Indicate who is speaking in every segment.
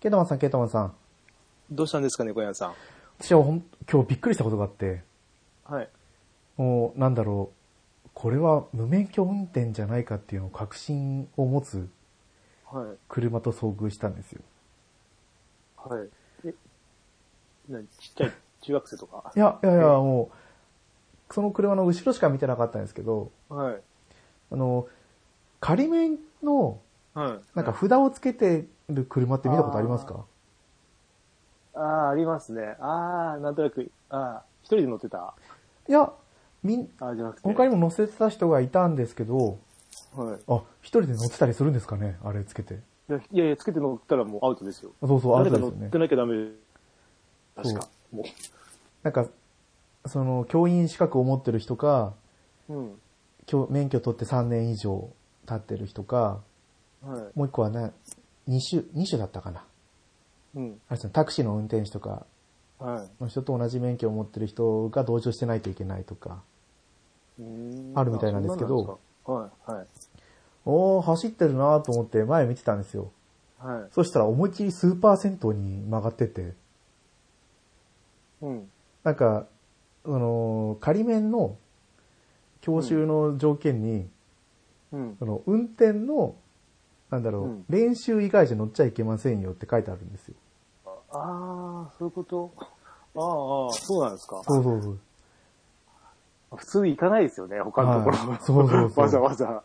Speaker 1: ケイタマンさん、ケイタマンさん。
Speaker 2: どうしたんですかね、小山さん。
Speaker 1: 私はほん、今日びっくりしたことがあって、
Speaker 2: はい。
Speaker 1: もう、なんだろう。これは無免許運転じゃないかっていうのを確信を持つ
Speaker 2: はい。
Speaker 1: 車と遭遇したんですよ。
Speaker 2: はい。え、なにちっちゃい中学生とか
Speaker 1: いや、いやいや、もう、その車の後ろしか見てなかったんですけど、
Speaker 2: はい。
Speaker 1: あの、仮面の、
Speaker 2: はい。
Speaker 1: なんか札をつけてる車って見たことありますか
Speaker 2: ああ、ありますね。ああ、なんとなく、ああ、一人で乗ってた
Speaker 1: いや、みん、
Speaker 2: ああ、じゃなくて。
Speaker 1: 他にも乗せてた人がいたんですけど、
Speaker 2: はい。
Speaker 1: あ、一人で乗ってたりするんですかねあれつけて。
Speaker 2: いやいやいや、つけて乗ったらもうアウトですよ。
Speaker 1: あそうそう、ある
Speaker 2: 誰
Speaker 1: んで
Speaker 2: か
Speaker 1: す
Speaker 2: 乗
Speaker 1: よ
Speaker 2: っ
Speaker 1: ね
Speaker 2: て。なきゃダメで
Speaker 1: そ
Speaker 2: す。
Speaker 1: う
Speaker 2: 確か。も
Speaker 1: なんか、その、教員資格を持ってる人か、
Speaker 2: う。うん。
Speaker 1: 教免許取って3年以上経ってる人か、
Speaker 2: はい。
Speaker 1: もう一個はね、2種、二種だったかな。
Speaker 2: うん。
Speaker 1: あれですね、タクシーの運転手とか
Speaker 2: は
Speaker 1: の人と同じ免許を持ってる人が同乗してないといけないとか、
Speaker 2: い。うー
Speaker 1: あるみたいなんですけど。
Speaker 2: あそんなのなんです
Speaker 1: おー、走ってるなーと思って前見てたんですよ。
Speaker 2: かはい。はい。はい。
Speaker 1: そしたら思いっきりスーパー銭湯に曲がってて、
Speaker 2: うん。
Speaker 1: なんか、あのー仮免の教習の条件に、
Speaker 2: うん。
Speaker 1: その運転の、なんだろう、
Speaker 2: うん
Speaker 1: 練習以外じゃ乗っちゃいけませんよって書いてあるんですよ。
Speaker 2: ああ、そういうこと。ああ、そうなんですか。
Speaker 1: そうそうそう。
Speaker 2: 普通行かないですよね、他のところ
Speaker 1: はいそうそうそう
Speaker 2: わざわざ。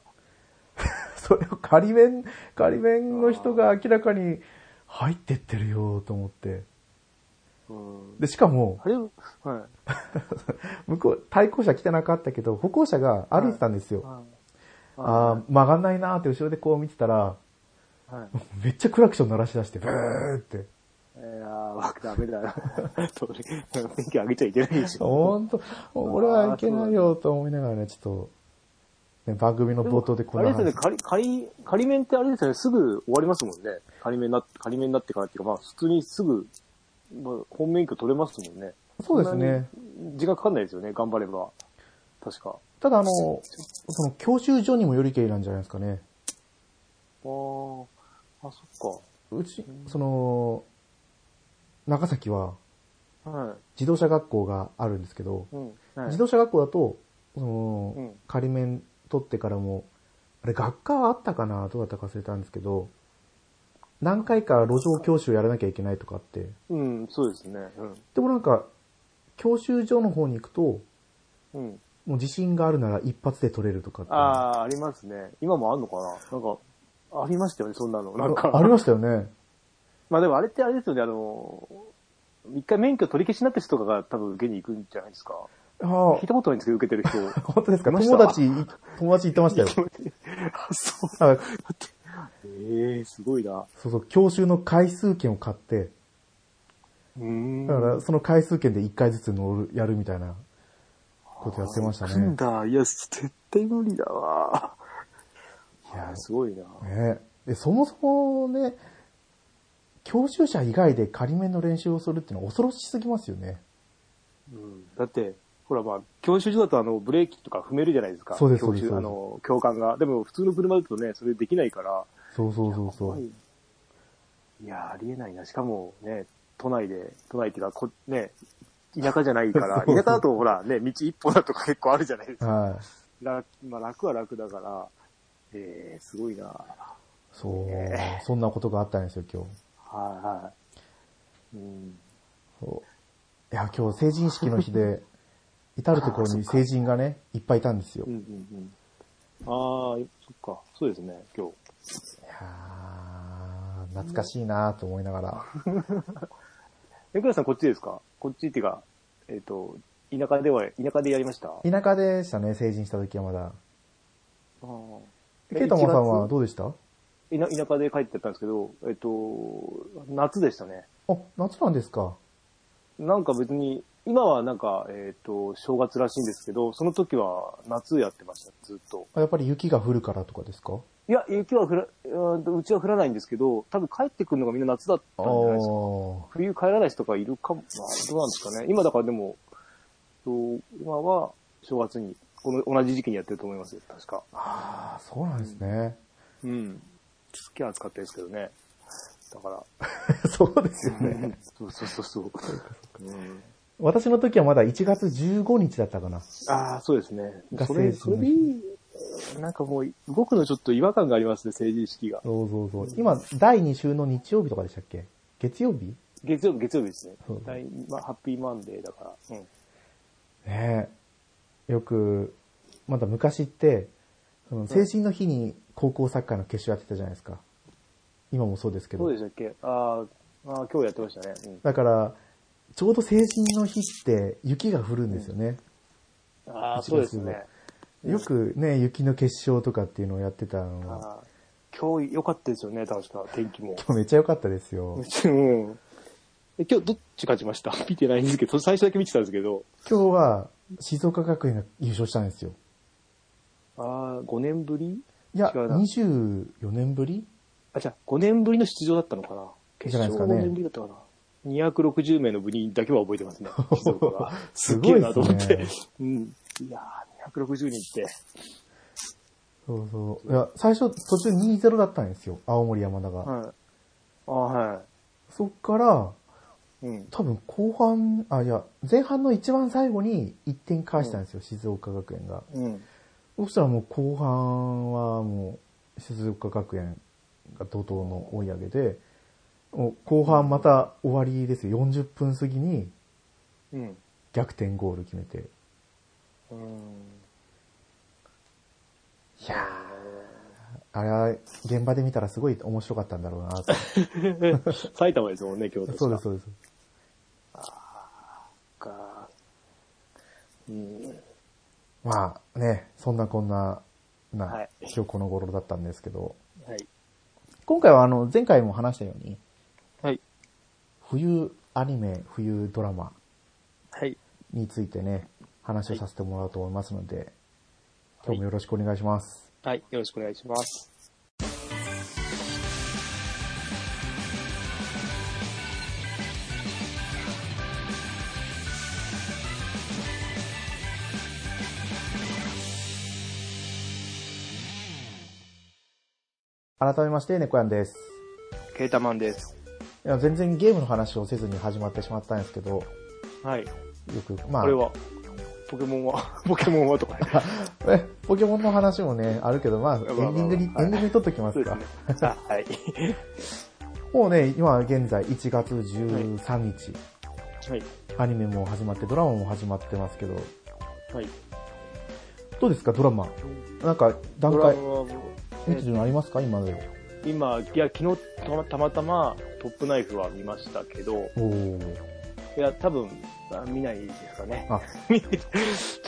Speaker 1: それを仮面、仮面の人が明らかに入ってってるよと思って。
Speaker 2: うん
Speaker 1: で、しかも、
Speaker 2: あれ、は
Speaker 1: 向こう、対向車来てなかったけど、歩行者が歩いてたんです
Speaker 2: い。
Speaker 1: よ。
Speaker 2: は
Speaker 1: ああ、曲がんないなーって後ろでこう見てたら、
Speaker 2: い。はい。
Speaker 1: めっちゃクラクション鳴らし出して、ブーって。
Speaker 2: いやー、ダメだな。 それ、天気上げちゃいけないでしょ。
Speaker 1: ほんと、俺はいけないよと思いながらね、ちょっと、ね、番組の冒頭でこんな
Speaker 2: あれ
Speaker 1: 話
Speaker 2: です。よね、仮、仮、仮面ってあれですよね、すぐ終わりますもんね。仮面な、仮面になってからっていうか、まあ普通にすぐ、まあ、本免許取れますもんね。
Speaker 1: そうですね。
Speaker 2: そんなに。時間かかんないですよね、頑張れば。確か。
Speaker 1: ただあの、その教習所にもよりけりなんじゃないですかね。
Speaker 2: あー、あ、そっ
Speaker 1: うち、その、長崎は
Speaker 2: か。は
Speaker 1: 自動車学校があるんですけど、
Speaker 2: い。うん。はい
Speaker 1: 自動車学校だと、そ
Speaker 2: うん
Speaker 1: の、仮免取ってからも、あれ学科はあったかなどうだったか忘れたんですけど、何回か路上教習やらなきゃいけないとかあって、
Speaker 2: うん、そうですね。うん。
Speaker 1: でもなんか、教習所の方に行くと、
Speaker 2: うん。
Speaker 1: もう自信があるなら一発で取れるとかって。
Speaker 2: ああ、ありますね。今もあんのかななんか、ありましたよね、そんなの。なんか。
Speaker 1: ありましたよね。
Speaker 2: まあでもあれってあれですよね、あの、一回免許取り消しになった人とかが多分受けに行くんじゃないですか。
Speaker 1: ああ、
Speaker 2: 聞いたことないんですけど、受けてる人。
Speaker 1: 本当ですか
Speaker 2: いました
Speaker 1: 友達、友達言ってましたよ。
Speaker 2: あ、そう。
Speaker 1: あ
Speaker 2: ええすごいな。
Speaker 1: そうそう、教習の回数券を買って、
Speaker 2: うーん。
Speaker 1: だからその回数券で1回ずつ乗る、やるみたいなことやってました
Speaker 2: 行くん
Speaker 1: ね。
Speaker 2: だ。いや、絶対無理だわ。
Speaker 1: い
Speaker 2: い
Speaker 1: や
Speaker 2: や、すごいな。
Speaker 1: ねで、そもそもね、教習者以外で仮面の練習をするっていうのは恐ろしすぎますよね。
Speaker 2: うん、だって、ほらまあ、教習所だとあの、ブレーキとか踏めるじゃないですか。
Speaker 1: そうです
Speaker 2: 教習
Speaker 1: そうです
Speaker 2: あの、教官が。でも普通の車だとね、それできないから。
Speaker 1: そうそうそうそ。
Speaker 2: 怖いういや、ありえないな。しかもね、都内で、都内っていうか、こね、田舎じゃないから、
Speaker 1: そう
Speaker 2: 田舎だとほら、ね、道一本だとか結構あるじゃないですか。
Speaker 1: はい。
Speaker 2: 楽まあ、楽は楽だから、えー、すごいな。は
Speaker 1: そう
Speaker 2: え、
Speaker 1: そんなことがあったんですよ、今日。
Speaker 2: いはい。うん、
Speaker 1: そういや、今日成人式の日 で、至るところに成人がね、いっぱいいたんですよ。
Speaker 2: うん、う
Speaker 1: い
Speaker 2: ん、うん。ああ、そっか、そうですね、今日。
Speaker 1: やー懐かしいなーと思いながら。
Speaker 2: え、くらさんこっちですかこっちっていうか、えっ、と、田舎では、田舎でやりましたあ
Speaker 1: 田舎でしたね、成人した時はまだ。
Speaker 2: ー
Speaker 1: ケイタマンさん
Speaker 2: 1
Speaker 1: は
Speaker 2: 月
Speaker 1: どうでした
Speaker 2: 田田舎で帰ってたんですけど、えっ、と、夏でしたね。
Speaker 1: あ、夏なんですか。
Speaker 2: なんか別に、今はなんか、えっ、と、正月らしいんですけど、その時は夏やってました、ずっと。
Speaker 1: あやっぱり雪が降るからとかですか
Speaker 2: いや、雪は降ら、うーんとうちは降らないんですけど、多分帰ってくるのがみんな夏だったんじゃないですか。
Speaker 1: ー
Speaker 2: 冬帰らない人がいるかも、まあ、どうなんですかね。今だからでも、そう今は正月に、この同じ時期にやってると思いますよ、確か。
Speaker 1: ああ、そうなんですね。
Speaker 2: うん。すっげえ暑かったですけどね。だから。
Speaker 1: そうですよね。
Speaker 2: そうそうそうそう。うん
Speaker 1: 私の時はまだ1月15日だったかな。
Speaker 2: ああ、そうですね。
Speaker 1: が
Speaker 2: そ
Speaker 1: 成
Speaker 2: れ、
Speaker 1: 人
Speaker 2: それでいい。なんかもう、動くのちょっと違和感がありますね、成人式が。
Speaker 1: そうそうそう。今、第2週の日曜日とかでしたっけ月曜日
Speaker 2: 月曜日、月曜日ですね
Speaker 1: そう。
Speaker 2: 第まあ、ハッピーマンデーだから。うん。
Speaker 1: ねえ。よく、まだ昔って、その成人の日に高校サッカーの決勝やってたじゃないですか。今もそうですけ
Speaker 2: どう
Speaker 1: ど
Speaker 2: で。したっけあーあー、今日やってましたね。うん
Speaker 1: だから、ちょうど成人の日って雪が降るんですよね。
Speaker 2: ああ、そうですね。うん
Speaker 1: よくね、雪の結晶とかっていうのをやってたのが、
Speaker 2: あー今日良かったですよね、確か、天気も。
Speaker 1: 今日めっちゃ良かったですよ。
Speaker 2: うん。え今日どっち勝ちました見てないんですけど、最初だけ見てたんですけど、
Speaker 1: 今日は静岡学園が優勝したんですよ。
Speaker 2: ああ、5年ぶり
Speaker 1: いや、
Speaker 2: 違うな
Speaker 1: 24年ぶり
Speaker 2: あ、じゃあ5年ぶりの出場だったのかな決
Speaker 1: じゃない
Speaker 2: 勝
Speaker 1: ですか
Speaker 2: 5
Speaker 1: ね
Speaker 2: 年ぶりだったかな ?260 名の部人だけは覚えてま すね。静岡が
Speaker 1: すごい
Speaker 2: っげえ
Speaker 1: で
Speaker 2: なと
Speaker 1: す
Speaker 2: 思って
Speaker 1: ね。。
Speaker 2: うん。いやー、260人って。
Speaker 1: そうそう。いや、最初途中2-0だったんですよ。青森山田が。
Speaker 2: はい。あーは
Speaker 1: そっから、
Speaker 2: い。うん。
Speaker 1: 多分後半、あ、いや、前半の一番最後に1点返したんですよ、静岡学園が。
Speaker 2: うん。
Speaker 1: そしたらもう後半はもう、静岡学園が怒涛の追い上げで、もう後半また終わりですよ。40分過ぎに
Speaker 2: うん。
Speaker 1: 逆転ゴール決めて。
Speaker 2: うん。
Speaker 1: いやーあれは現場で見たらすごい面白かったんだろう なと。
Speaker 2: 埼玉ですもんね、今日
Speaker 1: そうです、。そうです。
Speaker 2: か。うん。
Speaker 1: まあね、そんなこんな、
Speaker 2: は、
Speaker 1: ない今日この頃だったんですけど、
Speaker 2: はい。
Speaker 1: 今回はあの、前回も話したように、
Speaker 2: はい。
Speaker 1: 冬アニメ、冬ドラマ
Speaker 2: はい。
Speaker 1: についてね、話をさせてもらおうと思いますので、今日もよろしくお願いします。
Speaker 2: はい。よろしくお願いします。
Speaker 1: 改めまして、猫やんです。
Speaker 2: ケータマンです。
Speaker 1: いや、全然ゲームの話をせずに始まってしまったんですけど、よ
Speaker 2: はい。
Speaker 1: く、まあ、
Speaker 2: これは、ポケモンは、 ポケモンはとか。
Speaker 1: え、ポケモンの話もね、あるけど、まあ、エンデ
Speaker 2: まあまあ
Speaker 1: ィングに、エン
Speaker 2: は
Speaker 1: デ
Speaker 2: い
Speaker 1: ィングに撮っときますか。。
Speaker 2: あはい。
Speaker 1: もうね、今現在1月13日、
Speaker 2: はい。
Speaker 1: アニメも始まって、ドラマも始まってますけど、
Speaker 2: はい。
Speaker 1: どうですか、ドラマ。なんか、段
Speaker 2: ドラ
Speaker 1: 階
Speaker 2: マ、はもう
Speaker 1: 見てるのありますか今で。
Speaker 2: 今、いや、昨日たまたまたまトップナイフは見ましたけど、
Speaker 1: おー。
Speaker 2: いや、多分、あ見ないですかね。
Speaker 1: あ、
Speaker 2: 見ない ち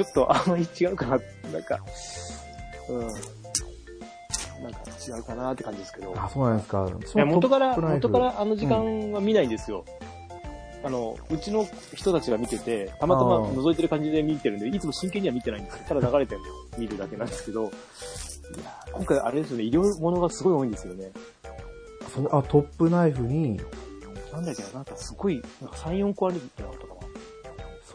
Speaker 2: ょっとあんまり違うかな、なんか、うん。なんか違うかなって感じですけど。
Speaker 1: あそうなんですか。私
Speaker 2: いや
Speaker 1: も
Speaker 2: 元から、
Speaker 1: トップナイフ
Speaker 2: 元か。らあの時間は見ないんですよ。あの、うちの人たちが見てて、たまたま
Speaker 1: あー
Speaker 2: 覗いてる感じで見てるんで、いつも真剣には見てないんですけど、ただ流れてるのを見るだけなんですけど、いやー今回あれですよね、医療ものがすごい多いんですよね。
Speaker 1: そうあ、トップナイフに、
Speaker 2: なんだっけな、なんかすごい、なんか3、4個あるんじゃなかったかな。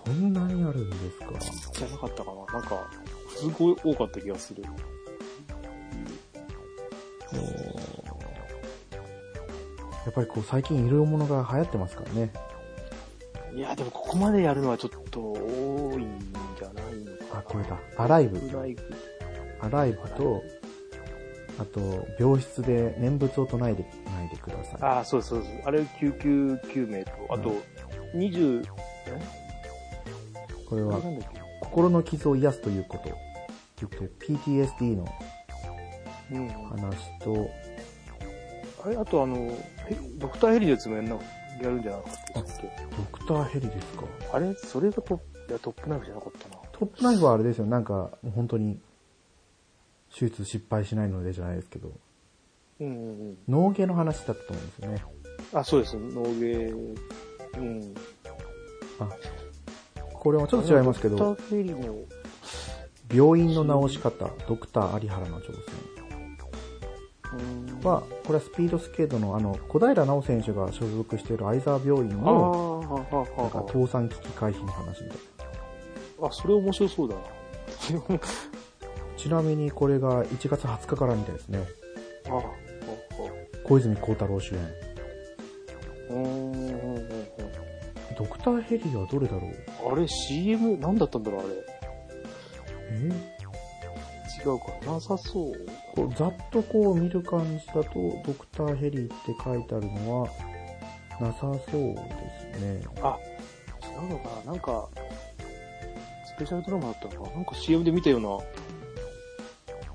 Speaker 1: そんなにあるんですか。
Speaker 2: じゃなかったかな。なんか、すごい多かった気がする。
Speaker 1: おーやっぱりこう、最近色々物が流行ってますからね。
Speaker 2: いや、でもここまでやるのはちょっと多いんじゃないのかな。
Speaker 1: あ、これだ。アライブ。
Speaker 2: ブライク
Speaker 1: アライブと、あと、病室で念仏を唱えて、唱えてください。
Speaker 2: ああ、そうそうそう。あれ救急救命と、あと、20、
Speaker 1: これ
Speaker 2: あれ
Speaker 1: は、
Speaker 2: なんだっけ
Speaker 1: 心の傷を癒すということ。言って、PTSD の
Speaker 2: うん。
Speaker 1: 話と、
Speaker 2: あれ、あとあの、ヘドクターヘリのやつもやんな、やるんじゃなかったっけ
Speaker 1: ドクターヘリですか。
Speaker 2: あれそれがトップ、いや、トップナイフじゃなかったな。
Speaker 1: トップナイフはあれですよ、なんか、もう本当に、手術失敗しないのでじゃないですけど、
Speaker 2: うんうんうん。
Speaker 1: 脳芸の話だったと思うんですよね。
Speaker 2: あ、そうです。脳芸、うん。
Speaker 1: これはちょっと違いますけ
Speaker 2: ド
Speaker 1: ど、
Speaker 2: クターヘリの、
Speaker 1: 病院の治し方、ドクター有原の挑戦
Speaker 2: うん。
Speaker 1: は、これはスピードスケートのあの、小平奈緒選手が所属している相沢病院
Speaker 2: ああ、
Speaker 1: の、
Speaker 2: はは
Speaker 1: なんか
Speaker 2: は
Speaker 1: 倒産危機回避の話みたいな。
Speaker 2: は。あ、それ面白そうだな。
Speaker 1: ちなみにこれが1月20日からみたいですね。
Speaker 2: ああ、ああ、
Speaker 1: 小泉孝太郎主演。
Speaker 2: うーんうんうんうん。
Speaker 1: ドクターヘリはどれだろう
Speaker 2: あれ、CM、なんだったんだろう、あれ。
Speaker 1: え
Speaker 2: 違うかなさそう。
Speaker 1: こうざっとこう見る感じだと、ドクターヘリって書いてあるのは、なさそうですね。
Speaker 2: あ、違うのかななんか、スペシャルドラマだったのかななんか CM で見たような。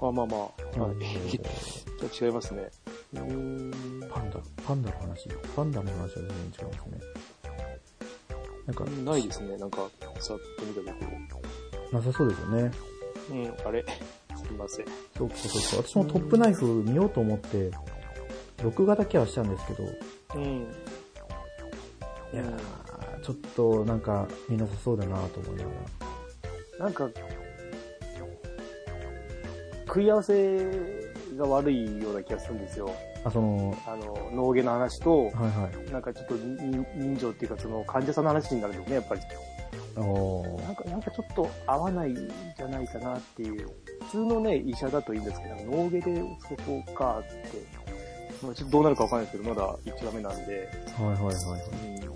Speaker 2: あ、まあまあ。はい。じゃあ違いますね。うーん。
Speaker 1: パンダ、パンダの話、パンダの話は全然違うんですね。なんか、
Speaker 2: ないですね。なんか、さっと見たとこ
Speaker 1: なさそうですよね。
Speaker 2: ろ。うん、あれ。すみません。
Speaker 1: そうかそうか。私もトップナイフ見ようと思って、録画だけはしたんですけど、い
Speaker 2: うん。
Speaker 1: やー、ちょっとなんか見なさそうだなと思いなが
Speaker 2: なんか、食い合わせが悪いような気がするんですよ。
Speaker 1: ら。あ、その、
Speaker 2: あの、脳外の話と、
Speaker 1: はいはい。
Speaker 2: なんかちょっと人人情っていうか、その患者さんの話になるんですね、やっぱり。
Speaker 1: あー
Speaker 2: なんか、なんかちょっと合わないんじゃないかなっていう。普通のね、医者だといいんですけど、脳外でそこかって。まあ、ちょっとどうなるかわかんないですけど、まだ1話目なんで、
Speaker 1: はいはいはい。
Speaker 2: うん、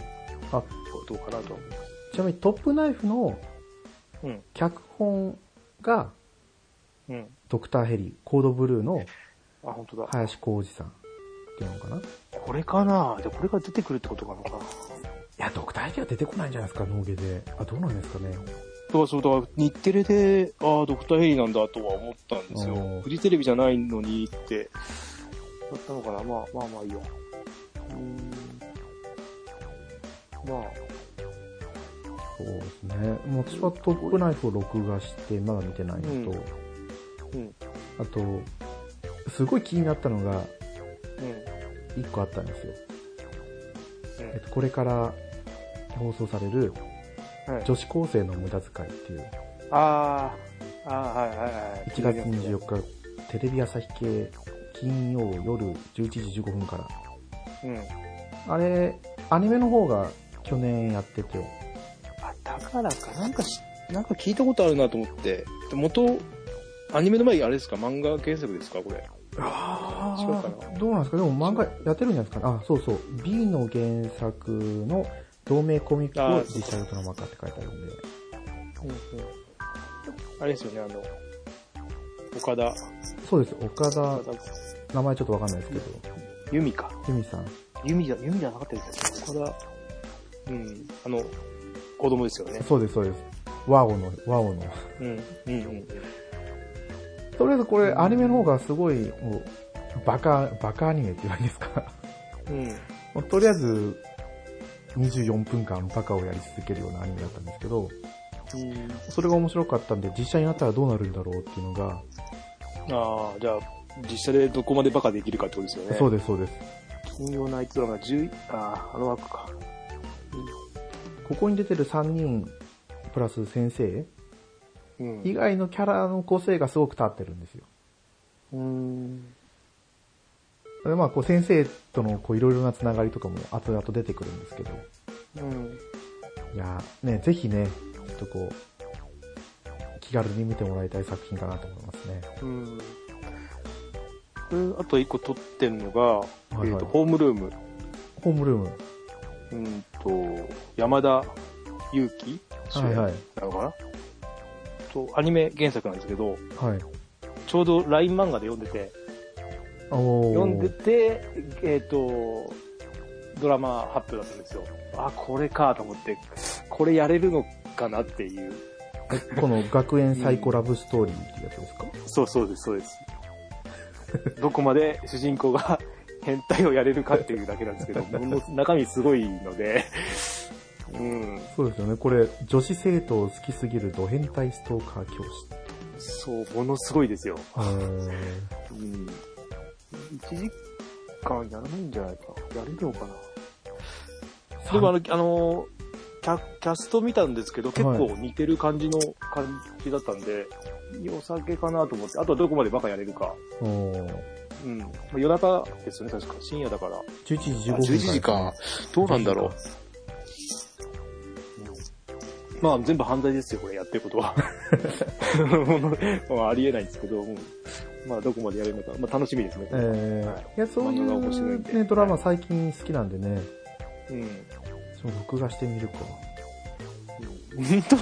Speaker 1: あ、
Speaker 2: どうかなとは思いま
Speaker 1: ちなみにトップナイフの
Speaker 2: す。うん。
Speaker 1: 脚本が、
Speaker 2: うん。
Speaker 1: ドクターヘリ、コードブルーの
Speaker 2: あ、本当だ。
Speaker 1: 林浩二さんっていうのかない
Speaker 2: これかなじゃあこれが出てくるってことかな
Speaker 1: や、ドクターヘリは出てこないんじゃないですか、脳外で。あ、どうなんですかね。
Speaker 2: そうそう、だから日テレで、ああ、ドクターヘリなんだとは思ったんですよ
Speaker 1: おー。
Speaker 2: フジテレビじゃないのにって、だったのかなまあまあまあいいよ。うーん。まあ、
Speaker 1: そうですね。もう私はトップナイフを録画して、まだ見てないのと、
Speaker 2: うん。
Speaker 1: あと、すごい気になったのが、
Speaker 2: うん。
Speaker 1: 一個あったんですよ。えっと、これから放送される、
Speaker 2: はい
Speaker 1: 女子高生の無駄遣いっていう、
Speaker 2: ああ、ああ、はいはいはい。
Speaker 1: 1月24日、テレビ朝日系、金曜夜11時15分から。
Speaker 2: うん。あ、
Speaker 1: あれ、アニメの方が去年やってて、
Speaker 2: だからか、なんかし、なんか聞いたことあるなと思って。で元、アニメの前にあれですか漫画原作ですかこれ。
Speaker 1: あ
Speaker 2: 違うか
Speaker 1: あ、どうなんですかでも漫画やってるんじゃないですかね。あ、そうそう。B の原作の同盟コミックを実写ドラマ化って書いてあるんで。
Speaker 2: うんうん。あれですよね、あの、岡田。
Speaker 1: そうです。岡田、
Speaker 2: 岡田
Speaker 1: 名前ちょっとわかんないですけど、
Speaker 2: ユミか。
Speaker 1: ユミさん。
Speaker 2: ユミじゃ、ユミじゃなかったですよね。岡田、うん、あの、子供ですよね。
Speaker 1: そうです、そうです。ワオの、ワオの。
Speaker 2: うん、うん、うん。
Speaker 1: とりあえずこれ、アニメの方がすごい、もう、バカ、バカアニメって言われるんですか
Speaker 2: うん。
Speaker 1: もうとりあえず、24分間バカをやり続けるようなアニメだったんですけど、
Speaker 2: うん、
Speaker 1: それが面白かったんで、実写になったらどうなるんだろうっていうのが、
Speaker 2: ああ、じゃあ、実写でどこまでバカできるかってことですよね。
Speaker 1: そうです、そうです。
Speaker 2: 金曜ナイトドラマ10、ああ、あの枠か。
Speaker 1: ここに出てる3人、プラス先生
Speaker 2: うん。
Speaker 1: 以外のキャラの個性がすごく立ってるんですよ。
Speaker 2: うん。
Speaker 1: でまあ、こう先生とのこういろいろなつながりとかも後々出てくるんですけど、
Speaker 2: うん。
Speaker 1: いやーね、ぜひね、ちょっとこう、気軽に見てもらいたい作品かなと思いますね。
Speaker 2: うん。あと一個撮ってんのが、
Speaker 1: いはい
Speaker 2: えっ、と、ホームルーム。
Speaker 1: ホームルーム。
Speaker 2: うんと、山田裕貴主
Speaker 1: はい
Speaker 2: 演
Speaker 1: はい
Speaker 2: なのかな、と、アニメ原作なんですけど、
Speaker 1: はい。
Speaker 2: ちょうど LINE 漫画で読んでて、
Speaker 1: おー
Speaker 2: 読んでて、えっ、と、ドラマ発表だったんですよ。あ、これかと思って、これやれるのかなっていう。
Speaker 1: えこの学園サイコラブストーリーっていうやつですか、
Speaker 2: そうそうです、そうです。どこまで主人公が変態をやれるかっていうだけなんです けど、もの中身すごいので、うん、
Speaker 1: そうですよね。これ、女子生徒を好きすぎるド変態ストーカー教師。
Speaker 2: そう、ものすごいですよ。
Speaker 1: えー
Speaker 2: うん。1時間やらないんじゃないかな。やれるのかな。でもあの、あのキャ、キャスト見たんですけど、結構似てる感じの感じだったんで、良さげかなと思って、あとはどこまでバカやれるか。
Speaker 1: おー
Speaker 2: うん。まあ夜中ですよね、確か。深夜だから。
Speaker 1: 11時15分、
Speaker 2: 11時か。どうなんだろう。まあ全部犯罪ですよ、これやってることは。 まあありえないんですけど、うんまあどこまでやれるのか、まあ楽しみですね。
Speaker 1: えー
Speaker 2: はい
Speaker 1: いや、そうい
Speaker 2: 漫画が面白い
Speaker 1: うん
Speaker 2: で
Speaker 1: ね、ドラマ最近好きなんでね、
Speaker 2: うん。
Speaker 1: その録画してみるか。
Speaker 2: うんと、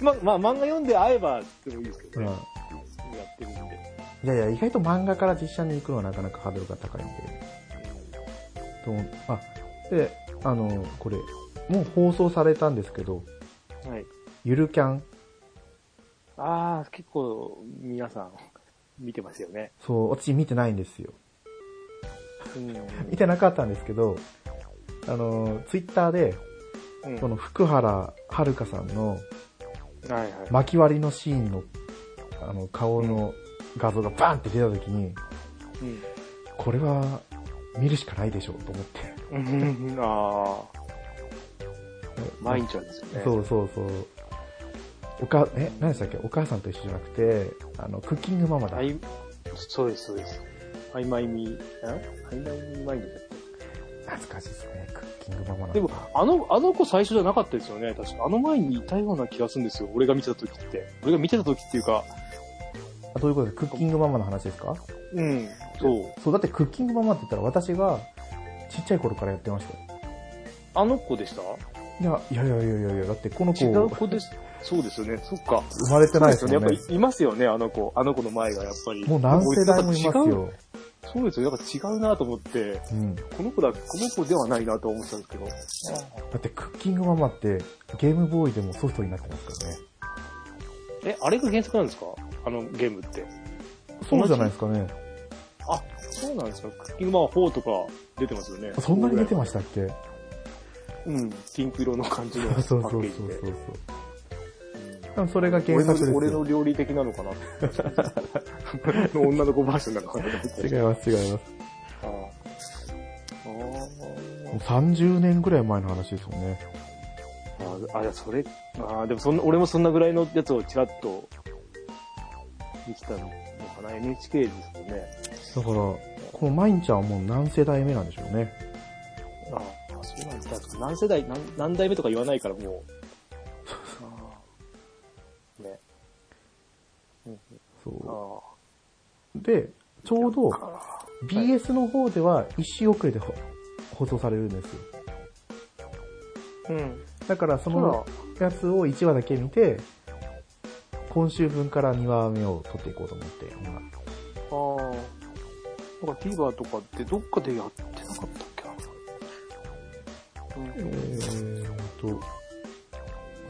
Speaker 2: ま、まあ、漫画読んで会えばでもいいですけどね。
Speaker 1: は
Speaker 2: やってるんで。
Speaker 1: い。いやいや、意外と漫画から実写に行くのはなかなかハードルが高いんで。と思っあ、で、あの、これ、もう放送されたんですけど、
Speaker 2: はい。
Speaker 1: ゆるキャン。
Speaker 2: ああ、結構皆さん見てますよね。
Speaker 1: そう、私見てないんですよ。
Speaker 2: うん。
Speaker 1: 見てなかったんですけど、あの、ツイッターで、
Speaker 2: うん
Speaker 1: この福原遥さんの
Speaker 2: はいはい。
Speaker 1: 巻き割りのシーンの、あの、顔の画像がバーンって出た時に、
Speaker 2: うん
Speaker 1: これは見るしかないでしょうと思って。
Speaker 2: うん。 ああ、毎日はですよね。
Speaker 1: そうそうそう。おか、え、何でしたっけお母さんと一緒じゃなくて、あの、クッキングママだ
Speaker 2: あ。い、そうです、そうです。あいまいみ、ああいまいみ毎日だっ
Speaker 1: 懐かしいですね。クッキングママ
Speaker 2: た
Speaker 1: な
Speaker 2: でも、あの、あの子最初じゃなかったですよね。確か。あの前にいたような気がするんですよ。俺が見てた時って。俺が見てた時っていうか、
Speaker 1: あどういうことですかクッキングママの話ですか
Speaker 2: うん、そう。
Speaker 1: そう、だってクッキングママって言ったら私がちっちゃい頃からやってましたよ。
Speaker 2: あの子でした
Speaker 1: いや、いやいやいやいやいや、だってこの子
Speaker 2: 違う子です。そうですよね。そっか。
Speaker 1: 生まれてないです
Speaker 2: そう
Speaker 1: よ
Speaker 2: ですよね。
Speaker 1: ね
Speaker 2: やっ。ぱりいますよね、あの子。あの子の前がやっぱり。
Speaker 1: もう何世代もいます
Speaker 2: 違う。
Speaker 1: よ。
Speaker 2: そうですよ。やっぱ違うなと思って、
Speaker 1: うん。
Speaker 2: この子だ、この子ではないなと思ってたんですけど。
Speaker 1: だってクッキングママってゲームボーイでもソフトになってますからね。
Speaker 2: え、あれが原作なんですかあのゲームって。
Speaker 1: そうじゃないですかね。
Speaker 2: あ、そうなんですか。クッキングマン4とか出てますよね。
Speaker 1: そんなに出て
Speaker 2: ま
Speaker 1: ましたっけ
Speaker 2: すうん。ピンク色の感じのパ
Speaker 1: そう そう
Speaker 2: ッ
Speaker 1: そう
Speaker 2: ケ
Speaker 1: そ
Speaker 2: ージ
Speaker 1: う
Speaker 2: で。
Speaker 1: そう。多分それが原
Speaker 2: 俺
Speaker 1: 作です
Speaker 2: の
Speaker 1: よ。
Speaker 2: 俺の料理的なのかな の女の子バージョンなのかなと思って
Speaker 1: 違います違います。
Speaker 2: あー
Speaker 1: もう30年ぐらい前の話ですよね。
Speaker 2: あー。あ、いや、それ、あーでもそんな、俺もそんなぐらいのやつをちらっと見てたのかな ?NHK ですよね。
Speaker 1: だから、このマインちゃんはもう何世代目なんでしょうね。
Speaker 2: ああ、そうなんだ。何世代、何何代目とか言わないか らもう。ね。
Speaker 1: そ
Speaker 2: あ
Speaker 1: う。で、ちょうど
Speaker 2: あ。
Speaker 1: BS の方では1週遅れでほ放送されるんですよ。
Speaker 2: うん。
Speaker 1: だからそのやつを1話だけ見て、今週分から2話目を撮っていこうと思って。今
Speaker 2: ああ。なんか TVer とかってどっかでやってなかったっけな。
Speaker 1: えーっと、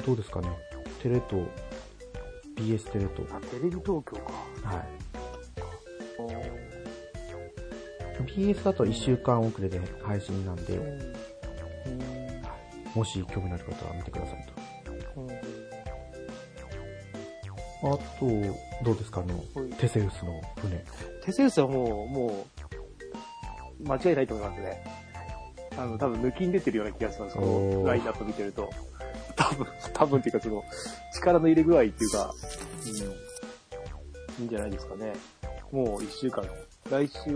Speaker 1: どうですかね。テレ東、BS テレ東。
Speaker 2: あ、テレビ東京か。
Speaker 1: はい。
Speaker 2: あー
Speaker 1: BS だと1週間遅れで配信なんで、
Speaker 2: うん
Speaker 1: もし興味のある方は見てください
Speaker 2: うんうん
Speaker 1: と。あと、どうですかあの、
Speaker 2: はい
Speaker 1: テセウスの船。
Speaker 2: テセウスはもう、もう、間違いないと思いますね。あの、多分抜きに出てるような気がします。こ
Speaker 1: お
Speaker 2: の
Speaker 1: ー
Speaker 2: ラインナップ見てると。多分、 多分っていうかその、力の入れ具合っていうか、うん、いいんじゃないですかね。もう一週間、来週、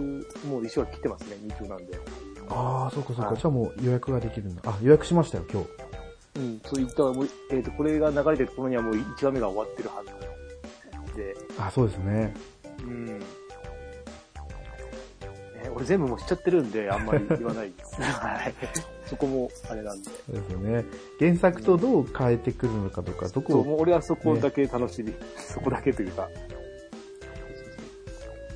Speaker 2: もう一週間切ってますね、2週なんで。
Speaker 1: ああ、そうかそう
Speaker 2: は
Speaker 1: か。
Speaker 2: い
Speaker 1: じゃあもう予約ができるんだ。あ、予約しましたよ、今日。
Speaker 2: うん、そういった、もうえっ、と、これが流れてるところにはもう1話目が終わってるはずで、
Speaker 1: あ、そうですね。
Speaker 2: うん。ね、俺全部もう知っちゃってるんで、あんまり言わないです。 はい。そこも、あれなんで。
Speaker 1: そうですよね。原作とどう変えてくるのかとか、ど
Speaker 2: そう、
Speaker 1: こ
Speaker 2: もう俺はそこだけ楽しみ。そこだけというか。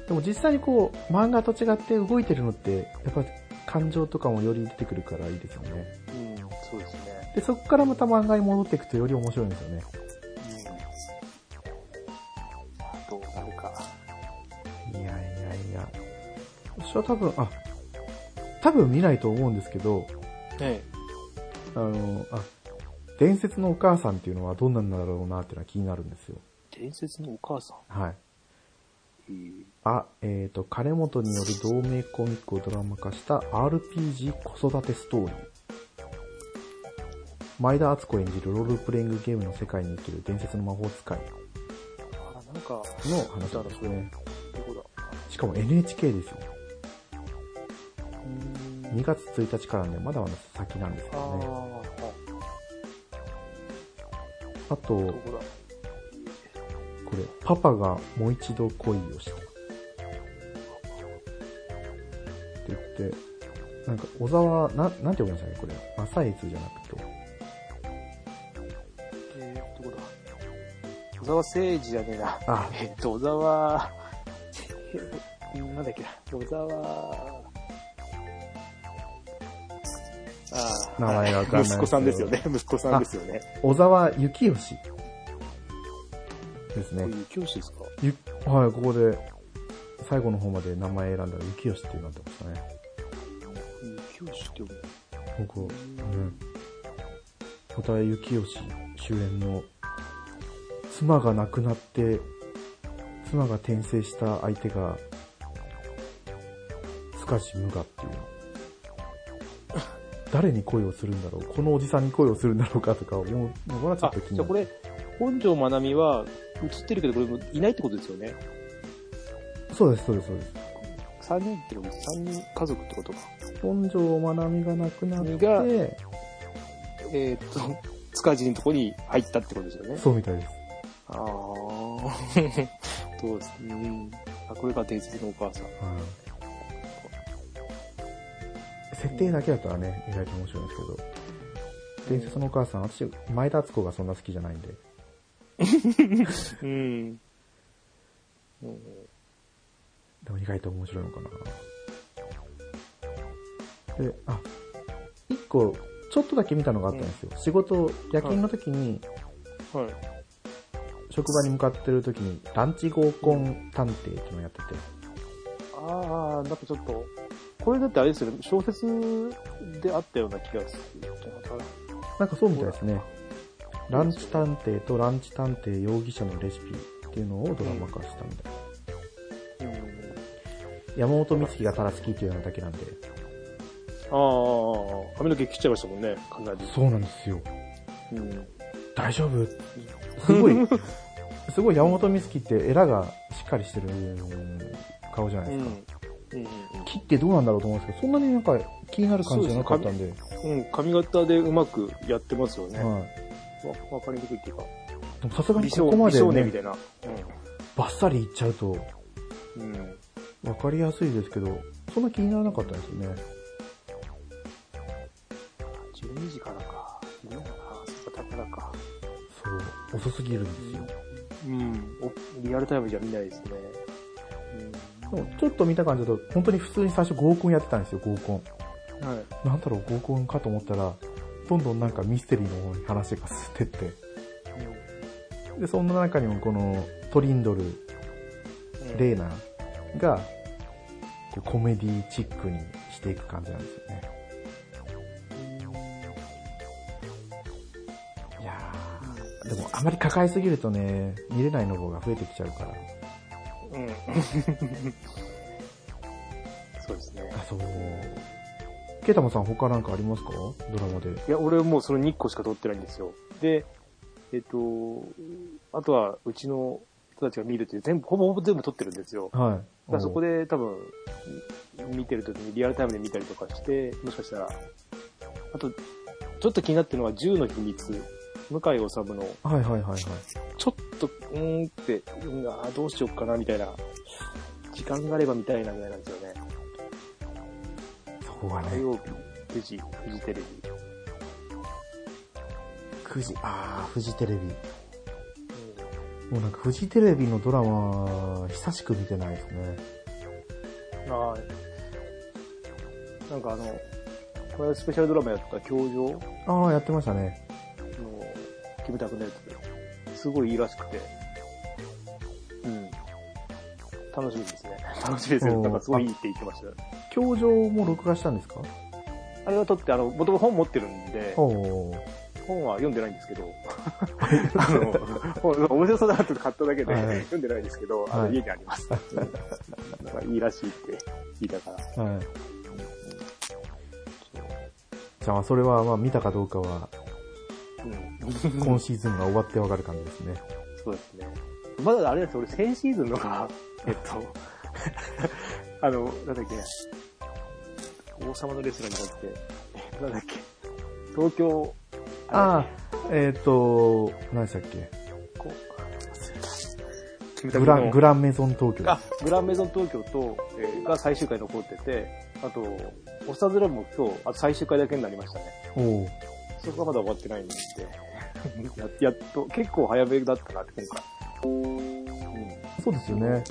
Speaker 1: でも実際にこう、漫画と違って動いてるのって、やっぱ感情とかもより出てくるからいいですよね。
Speaker 2: うん、そうですね。
Speaker 1: で、そこからまた漫画に戻っていくとより面白いんですよね。
Speaker 2: うん。あと、なるか。
Speaker 1: いやいやいや。私は多分、あ、多分見ないと思うんですけど、
Speaker 2: え
Speaker 1: あの、あ、伝説のお母さんっていうのはどんなんだろうなっていうのは気になるんですよ。
Speaker 2: 伝説のお母さん。
Speaker 1: はい。
Speaker 2: うん
Speaker 1: あ、えっ、と、金本による同名コミックをドラマ化した RPG 子育てストーリー。前田敦子演じるロールプレイングゲームの世界に生きる伝説の魔法使い
Speaker 2: あ、なんか、
Speaker 1: の話なんですね。
Speaker 2: どこだ。
Speaker 1: しかも NHK ですよ。
Speaker 2: うん
Speaker 1: 2月1日からね、まだまだ先なんですけ
Speaker 2: あ
Speaker 1: ど
Speaker 2: ー
Speaker 1: ね。
Speaker 2: あ、
Speaker 1: あ
Speaker 2: ど
Speaker 1: と、
Speaker 2: こだ。
Speaker 1: これ、パパがもう一度恋をした。って言って、なんか、小沢、な、なんて読みましたっけこれ。朝越じゃなくて。
Speaker 2: えー、どこだ小沢誠二じゃねえな。
Speaker 1: あ、
Speaker 2: えっと、小沢、 えなんだっけな、小沢、ああ、
Speaker 1: 名前がわかんないですけど
Speaker 2: 息子さんですよね、 息子さんですよね。
Speaker 1: 小沢幸義。です
Speaker 2: こ
Speaker 1: ね
Speaker 2: う。いう教師ですか
Speaker 1: ゆはい、ここで、最後の方まで名前選んだら、幸義ってなってましたね。
Speaker 2: 教師って読む
Speaker 1: 僕、うん。小田幸義主演の、妻が亡くなって、妻が転生した相手が、塚地無我っていう。誰に恋をするんだろうこのおじさんに恋をするんだろうかとか思うのがちょ
Speaker 2: あ
Speaker 1: っと気、に
Speaker 2: じ
Speaker 1: な
Speaker 2: ゃあこ
Speaker 1: る。
Speaker 2: れ、本庄まなみは映ってるけど、これもいないってことですよね。
Speaker 1: そうです、そうです、そうです。
Speaker 2: 3人ってこと、3人家族ってことか。
Speaker 1: 本庄まなみが亡くなって、
Speaker 2: がえっと、 塚地のとこに入ったってことですよね。
Speaker 1: そうみたいです。
Speaker 2: ああ、 どうですうん。あ、これが伝説のお母さん。
Speaker 1: はい設定だけだったらね、意外と面白いんですけど。伝説のお母さん、私、前田敦子がそんな好きじゃないんで。
Speaker 2: うん。
Speaker 1: でも意外と面白いのかな。で、あ、一個、ちょっとだけ見たのがあったんですよ。仕事、夜勤の時に、
Speaker 2: はい。
Speaker 1: 職場に向かってる時に、ランチ合コン探偵っていうのをやってて。
Speaker 2: ああ、なんかちょっと、これだってあれですよね、小説であったような気がする。
Speaker 1: なんかそうみたいですね。ランチ探偵とランチ探偵容疑者のレシピっていうのをドラマ化したみたいな。
Speaker 2: うん、
Speaker 1: 山本美月がたら好きっていうのだけなんで。
Speaker 2: ああ、髪の毛切っちゃいましたもんね、かなり。
Speaker 1: そうなんですよ。
Speaker 2: うん。
Speaker 1: 大丈夫すごい、 すごい山本美月ってエラがしっかりしてる顔じゃないうですか。
Speaker 2: ん。うん
Speaker 1: 切ってどうなんだろうと思うんですけど、そんなになんか気になる感じじゃなかったんで。
Speaker 2: うん、髪型でうまくやってますよね。わ、
Speaker 1: はい。
Speaker 2: わかりにくいっていうか、
Speaker 1: でもさすが
Speaker 2: 美
Speaker 1: に
Speaker 2: 少
Speaker 1: ここま
Speaker 2: 美
Speaker 1: で
Speaker 2: 少年み
Speaker 1: ね
Speaker 2: た、いな。
Speaker 1: バッサリいっちゃうと
Speaker 2: うん。うん。
Speaker 1: わかりやすいですけど、そんな気にならなかったんですよね。
Speaker 2: 12時からか。いいのかな、そっか、だからか。
Speaker 1: そう。遅すぎるんですよ。
Speaker 2: うん。おリアルタイムじゃ見ないですね。
Speaker 1: でもちょっと見た感じだと、本当に普通に最初合コンやってたんですよ、合コン。
Speaker 2: うん。はい。
Speaker 1: なんだろう、合コンかと思ったら、どんどんなんかミステリーの方に話が進んでって。で、そんな中にもこのトリンドル、
Speaker 2: うん
Speaker 1: レーナが、こうコメディチックにしていく感じなんですよね。いやー、でもあまり抱えすぎるとね、見れないの方が増えてきちゃうから。
Speaker 2: うん。そうですね。
Speaker 1: あ、そう。ケータマさん他なんかありますかドラマで。
Speaker 2: いや、俺もうその2個しか撮ってないんですよ。で、えっと、あとはうちの人たちが見るっていう、全部、ほぼほぼ全部撮ってるんですよ。
Speaker 1: はい。
Speaker 2: だからそこ
Speaker 1: で。
Speaker 2: で多分、見てるときにリアルタイムで見たりとかして、もしかしたら、あと、ちょっと気になってるのは銃の秘密。向井治の、
Speaker 1: はいはいはいはい。
Speaker 2: ちょっと、うーんって、うん、あーどうしよっかな、みたいな。時間があれば見たいな、みたいなんですよね。
Speaker 1: そこが
Speaker 2: 火
Speaker 1: ね、
Speaker 2: 曜日、9時、フジテレビ。
Speaker 1: 9時、あー、フジテレビ。もうなんかフジテレビのドラマ、久しく見てないですね。
Speaker 2: はい。なんかあの、これスペシャルドラマやった教場の
Speaker 1: ああ、やってましたね。
Speaker 2: キムタクのやつすごいいいらしくて、うん。楽しみですね。楽しみです
Speaker 1: お
Speaker 2: よ。
Speaker 1: ー
Speaker 2: なんかすごいいいって言ってました。
Speaker 1: 教場も録画したんですか
Speaker 2: あれは撮って、あの、もともと本持ってるんで、
Speaker 1: おー。
Speaker 2: 本は読んでないんですけど、あの、本面白そうだなって買っただけで、
Speaker 1: はいはい
Speaker 2: 読んでないですけど、あの、
Speaker 1: はい
Speaker 2: 家にあります。うんなんかいいらしいって聞いたから。
Speaker 1: はい。じゃあまあそれはまあ見たかどうかは、
Speaker 2: うん。
Speaker 1: 今シーズンが終わってわかる感じですね。
Speaker 2: そうですね。まだあれです、俺先シーズンのが、えっと、あの、なんだっけ、王様のレスラーじゃなくて、えなんだっけ、東京、
Speaker 1: あ
Speaker 2: あ
Speaker 1: あ、えっ、と、何でしたっけ
Speaker 2: れこう、
Speaker 1: グラン、グ
Speaker 2: ラ
Speaker 1: ランメゾン東京。
Speaker 2: あ、グランメゾン東京と、えーが最終回残ってて、あと、オサドラも今日、あ最終回だけになりましたね。
Speaker 1: おう
Speaker 2: そこはまだ終わってないんで。ややっと、結構早めだったなって、今回。うん
Speaker 1: そうですよね。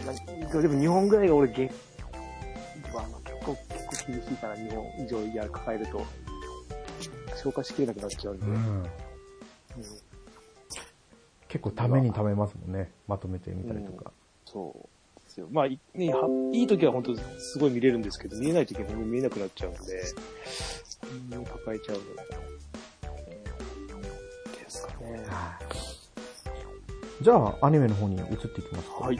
Speaker 2: なでも日本ぐらいが俺げ、まあ結構、結構厳しいから、日本以上いや抱えると、消化しきれなくなっちゃうんで。うん
Speaker 1: 結構ためにためますもんね。まとめてみたりとか。
Speaker 2: そうですよ。まあ、いね、はいい時は本当すごい見れるんですけど、見えない時は本当に見えなくなっちゃうんで、うん抱えちゃうのですかね。
Speaker 1: じゃあ、アニメの方に移っていきますか。
Speaker 2: はい。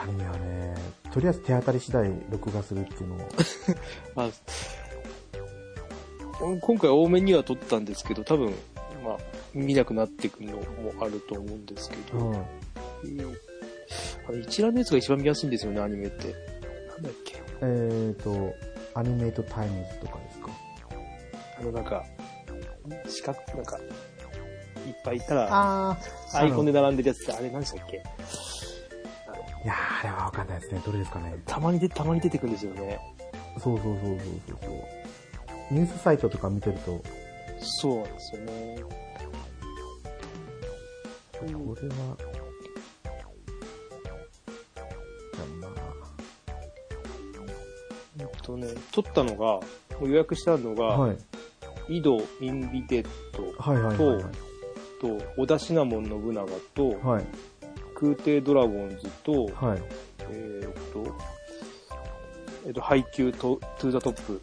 Speaker 1: アニメはね、とりあえず手当たり次第録画するっていうのを。
Speaker 2: まあ、今回多めには撮ったんですけど、多分、まあ、見なくなってくるのもあると思うんですけど、
Speaker 1: うん。
Speaker 2: あの一覧のやつが一番見やすいんですよね、アニメって。なんだっけ
Speaker 1: えっ、ー、と、アニメイトタイムズとかですか。
Speaker 2: あの、なんか、四角、なんか、いっぱいいたら、
Speaker 1: あ
Speaker 2: アイコンで並んでるやつって、あれ何でしたっけあの
Speaker 1: いやー、あれはわかんないですね。どれですかね。
Speaker 2: たまにで、たまに出てくるんですよね。
Speaker 1: そうそうそうそうそうそう。ニュースサイトとか見てると、
Speaker 2: そうなんですよね。
Speaker 1: これは、じゃあまあ
Speaker 2: えっとね、撮ったのが、もう予約したのが、
Speaker 1: はい、
Speaker 2: 井戸インビテッド
Speaker 1: はいはいはいはい。
Speaker 2: と、小田シナモン信長と、
Speaker 1: はい、
Speaker 2: 空挺ドラゴンズと、
Speaker 1: はい。
Speaker 2: えーっと、えーっと、配給と、トゥーザトップ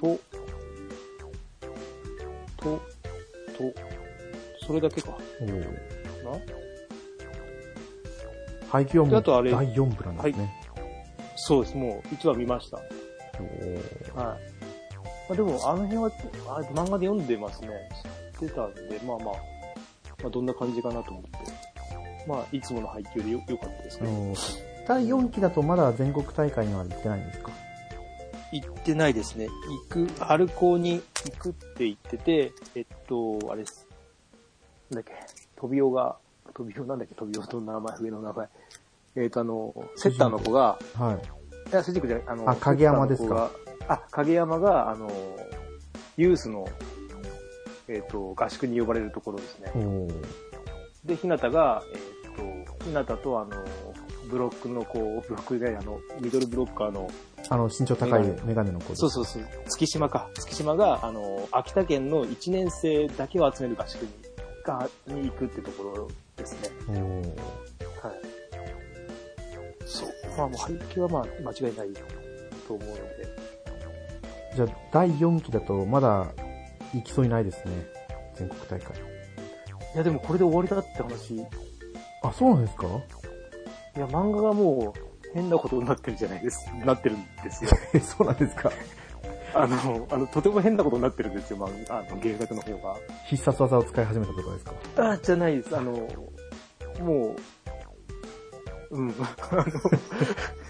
Speaker 2: と、と、と、それだけか
Speaker 1: おー
Speaker 2: な
Speaker 1: 配給はも
Speaker 2: で
Speaker 1: う
Speaker 2: あとあれ
Speaker 1: 第4部なんですね。
Speaker 2: そうです、もう一話見ました。はい。まあ、でも、あの辺は、あ漫画で読んでますね。知ってたんで、まあまあ、まあ、どんな感じかなと思って。まあ、いつもの配給でよよかったです
Speaker 1: お
Speaker 2: ね。
Speaker 1: ー第4期だとまだ全国大会には行ってないんですか
Speaker 2: 行ってないですね。行く、春高に行くって言ってて、えっと、あれです。なんだっけ、飛びおが、飛びおなんだっけ、飛びおと名前、上の名前。えっと、あの、セッターの子が、
Speaker 1: はい。
Speaker 2: いや、セジクじゃない、あの、
Speaker 1: あ影山ですか
Speaker 2: セッターの子が。あ、影山が、あの、ユースの、えっと、合宿に呼ばれるところですね
Speaker 1: お。ー
Speaker 2: で、日向が、えーっと、日向とあの、ブロックの子、ブロックじゃない、あの、ミドルブロッカーの、
Speaker 1: あの、身長高い
Speaker 2: メガ
Speaker 1: メガネの子です
Speaker 2: そうそうそう、月島か。月島が、あの、秋田県の1年生だけを集める合宿に、が、に行くってところですね。
Speaker 1: おー
Speaker 2: はい。そう。まあ、もう背景はまあ、間違いないと思うので。
Speaker 1: じゃあ、第4期だとまだ行きそうにないですね。全国大会。
Speaker 2: いや、でもこれで終わりだって話。い
Speaker 1: あ、そうなんですか
Speaker 2: や、漫画がもう、変なことになってるじゃないです。なってるんです よ。
Speaker 1: え、そうなんですか
Speaker 2: あの、あの、とても変なことになってるんですよ、漫画、あの、原作の方が。
Speaker 1: 必殺技を使い始めたとかですか
Speaker 2: あ、じゃないです。あの、もう、うん、 あの、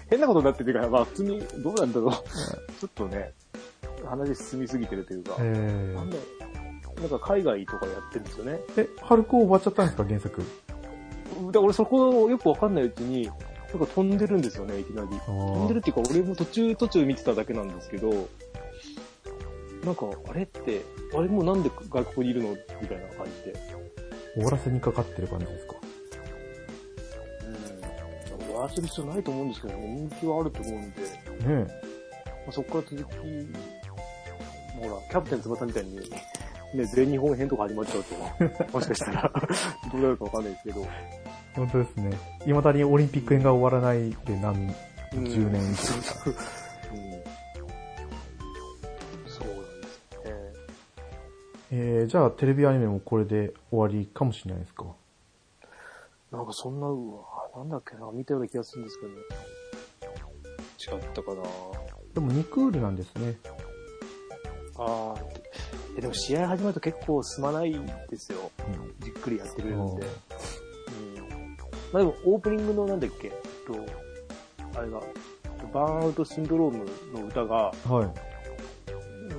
Speaker 2: 変なことになってるから、まあ普通に、どうなんだろう。ちょっとね、話進みすぎてるというか、
Speaker 1: え
Speaker 2: なんだなんか海外とかやってるんですよね。
Speaker 1: え、春子終わっちゃったんですか原作。
Speaker 2: だから俺そこをよくわかんないうちに、なんか飛んでるんですよね、いきなり。飛んでるっていうか、俺も途中途中見てただけなんですけど、なんか、あれって、あれもうなんで外国にいるのみたいな感じで。
Speaker 1: 終わらせにかかってる感じですか
Speaker 2: うん。終わらせる必要ないと思うんですけど、人気はあると思うんで、
Speaker 1: ねえ。
Speaker 2: まあ、そこから続き、ほら、キャプテン翼みたいに、ね、全日本編とか始まっちゃ うと、もしかしたら、どうなるかわかんないですけど、
Speaker 1: 本当ですね。未だにオリンピック編が終わらないで何、
Speaker 2: う
Speaker 1: 10年以
Speaker 2: ん
Speaker 1: 上。
Speaker 2: そうなんですよね。
Speaker 1: えー、じゃあテレビアニメもこれで終わりかもしれないですか
Speaker 2: なんかそんな、うわ、なんだっけな、見たような気がするんですけど、ね、違ったかな
Speaker 1: でも2クールなんですね。
Speaker 2: ああ、え、でも試合始まると結構進まないんですよ。
Speaker 1: うん
Speaker 2: じっくりやってくれる
Speaker 1: う
Speaker 2: んで。うん。まあでも、オープニングのなんだっけ、えっと、あれが、バーンアウトシンドロームの歌が、
Speaker 1: んはい。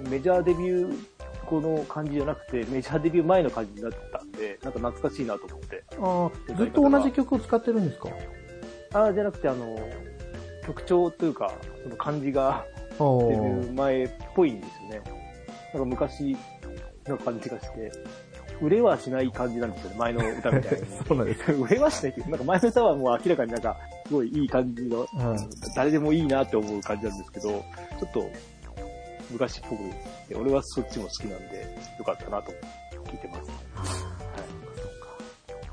Speaker 2: メジャーデビュー後の感じじゃなくて、メジャーデビュー前の感じになってたんで、なんか懐かしいなと思って。
Speaker 1: ああ、ずっと同じ曲を使ってるんですか
Speaker 2: ああ、じゃなくて、あの、曲調というか、その感じが、デビ
Speaker 1: お
Speaker 2: ュー前っぽいんですよね。なんか昔の感じがして、売れはしない感じなんですよね、前の歌みたいに。
Speaker 1: そうなんです。
Speaker 2: 売れはしないけど、なんか前の歌はもう明らかになんか、すごいいい感じの、
Speaker 1: はい。
Speaker 2: 誰でもいいなって思う感じなんですけど、ちょっと昔っぽくて、俺はそっちも好きなんで、よかったなと聞いてます。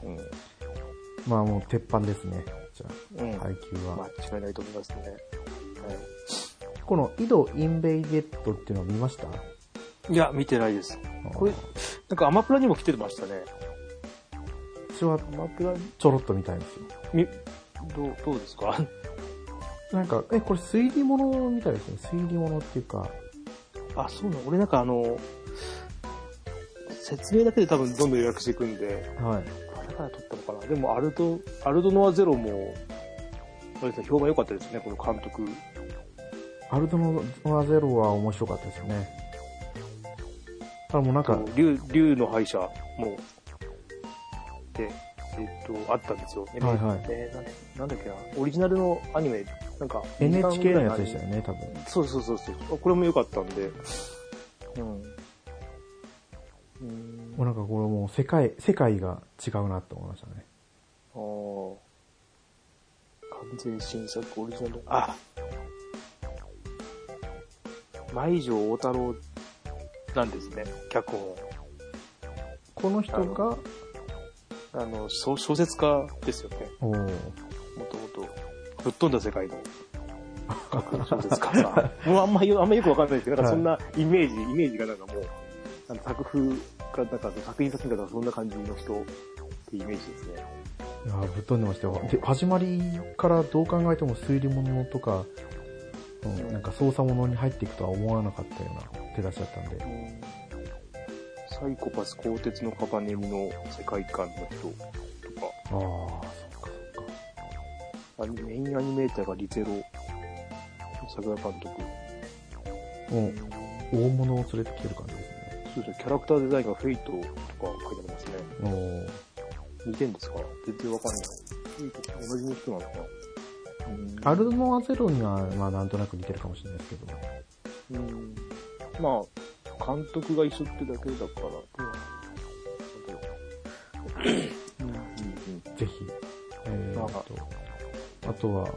Speaker 2: はい。
Speaker 1: まあもう鉄板ですね。じゃ
Speaker 2: うん。うん
Speaker 1: あ、配給は。
Speaker 2: 間違いないと思いますね。はい
Speaker 1: この井戸インベイゲットっていうのを見ました
Speaker 2: いや、見てないです。これ、なんかアマプラにも来てましたね。
Speaker 1: 私は
Speaker 2: アマプラ
Speaker 1: ちょろっと見たいんですよ。
Speaker 2: み、どう、どうですか
Speaker 1: なんか、え、これ推理物みたいですね。推理物っていうか、
Speaker 2: あ、そうなの俺なんかあの、説明だけで多分どんどん予約していくんで、
Speaker 1: はい。
Speaker 2: あれから撮ったのかなでもアルド、アルドノアゼロも、あれですね、評判良かったですね、この監督。
Speaker 1: アルドノアゼロは面白かったですよね。あ、もうなんか、
Speaker 2: 竜、竜の敗者も、で、えっと、あったんですよ。え
Speaker 1: はいはい
Speaker 2: えーなんだなんだっけな、オリジナルのアニメ、なんか、
Speaker 1: NHK のやつでした
Speaker 2: ね
Speaker 1: よね、多分。
Speaker 2: そうそうそうそう。これも良かったんで。うん。うん。
Speaker 1: もうなんかこれもう世界、世界が違うなって思いましたね。
Speaker 2: あー完全新作オリジナル。あ舞城大太郎なんですね、脚本。
Speaker 1: この人が、
Speaker 2: あの、小小説家ですよね、
Speaker 1: おー
Speaker 2: もともと。ぶっ飛んだ世界 の。小説家さん。もうあんまよ、あんまよくわかんないですけど、なんかそんなイメージ、イメージがなんかもう、あの作風が、なんか作品作品がそんな感じの人ってイメージですね。
Speaker 1: いやーぶっ飛んでましたよ。で、始まりからどう考えても推理物とか、うん、なんか捜査物に入っていくとは思わなかったような手出しだったんで。
Speaker 2: サイコパス鋼鉄のカバネミの世界観の人とか、
Speaker 1: ああ、そっかそっか。
Speaker 2: アニメインアニメーターがリゼロ、桜監督。
Speaker 1: もう、大物を連れてきてる感じですね。
Speaker 2: そうですね、キャラクターデザインがフェイトとか書いてありますね。
Speaker 1: おー
Speaker 2: 似てんですか全然わかんない。同じ人なのかな
Speaker 1: アルノアゼロには、まあなんとなく似てるかもしれないですけど。
Speaker 2: うん。まあ、監督が一緒ってだけだから、どうなのかなうん
Speaker 1: ぜひ。えー、
Speaker 2: なん
Speaker 1: っ
Speaker 2: か
Speaker 1: と、あとは、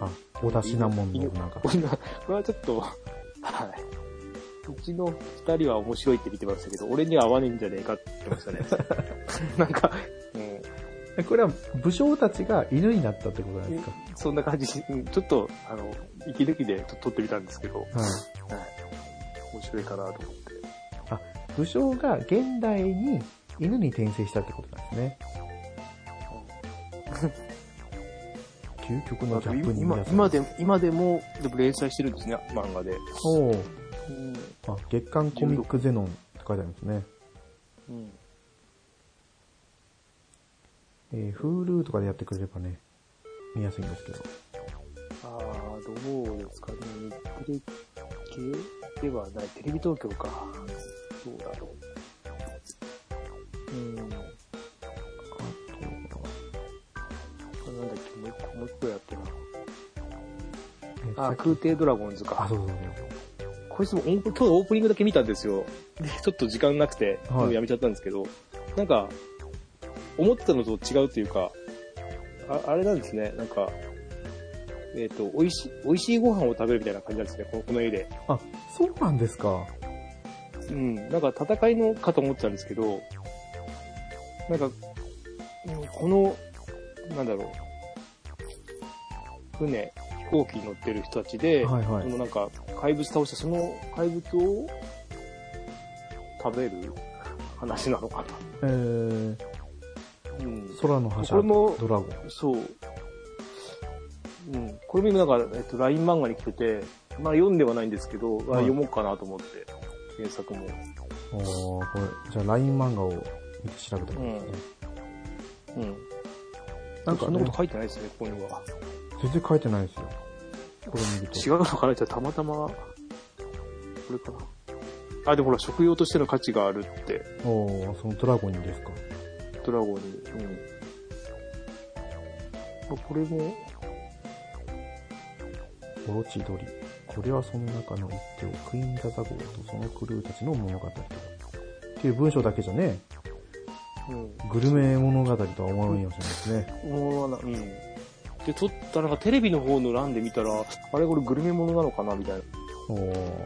Speaker 1: あ、小田シナモンのなんか
Speaker 2: こ、れはこれはちょっと、はい。うちの二人は面白いって見てましたけど、俺には合わねえんじゃねえかって言ってま したね。なんか、うん、
Speaker 1: えこれは武将たちが犬になったってことなんですか
Speaker 2: そんな感じ、うんちょっと、あの、息抜きでちょっと撮ってみたんですけど、はい。
Speaker 1: はい。
Speaker 2: 面白いかなと思って。
Speaker 1: 武将が現代に犬に転生したってことなんですね。究極のギャップに
Speaker 2: 今
Speaker 1: 皆、さん
Speaker 2: 今で、今でも、でも連載してるんですね、漫画で。
Speaker 1: おー
Speaker 2: うん。
Speaker 1: あ、月刊コミックゼノンって書いてありますね。
Speaker 2: うん。
Speaker 1: えー、Hulu とかでやってくれればね、見やすいんですけど。
Speaker 2: あー、どうですかね。日テレ系ではない。テレビ東京か。どうだろう。うん。なんだっ
Speaker 1: あとは
Speaker 2: け、もう一個、もう一個やってな。
Speaker 1: えー
Speaker 2: あ
Speaker 1: さ
Speaker 2: ー、
Speaker 1: っき
Speaker 2: 空挺ドラゴンズか。
Speaker 1: あ、そうそう
Speaker 2: こいつもオープン、今日のオープニングだけ見たんですよ。で、ちょっと時間なくて、
Speaker 1: はい
Speaker 2: もうやめちゃったんですけど、なんか、思ってたのと違うというか、ああれなんですね、なんか、えっ、と、美味しい、美味しいご飯を食べるみたいな感じなんですね、このこの絵で。
Speaker 1: そう。あ、そうなんですか。
Speaker 2: うん、なんか戦いのかと思ってたんですけど、なんか、うんこの、なんだろう、船、飛行機に乗ってる人たちで、
Speaker 1: はいは
Speaker 2: その
Speaker 1: い。
Speaker 2: なんか怪物倒してその怪物を食べる話なのか
Speaker 1: えー、
Speaker 2: な。うん。
Speaker 1: 空の覇者、
Speaker 2: これも
Speaker 1: ドラゴン。
Speaker 2: そう。うん。これもなんか、えっと、LINE 漫画に来てて、まあ読んではないんですけど、あ
Speaker 1: はい
Speaker 2: 読もうかなと思って、原作も。
Speaker 1: おーこれ、じゃあ LINE 漫画を見て調べてもらいますね。
Speaker 2: うん。
Speaker 1: なんか
Speaker 2: そん
Speaker 1: ね、
Speaker 2: なこと書いてないですね、ここには。
Speaker 1: 全然書いてないですよ。これ見ると。
Speaker 2: 違うのかなじゃあたまたま、これかな。あ、でもほら、食用としての価値があるって、
Speaker 1: おーそのドラゴンにですか。
Speaker 2: ドラゴンに。うん。あこれも、
Speaker 1: オロチドリ。
Speaker 2: こ
Speaker 1: それはその中の一丁、クイーン・ザ・ザ・ゴーとそのクルーたちの物語。っていう文章だけじゃね、
Speaker 2: うん。
Speaker 1: グルメ物語とは思わないかもしれないですね。
Speaker 2: 思わな、うん。で、撮ったなんかテレビの方の欄で見たら、あれこれグルメものなのかなみたいな。
Speaker 1: おー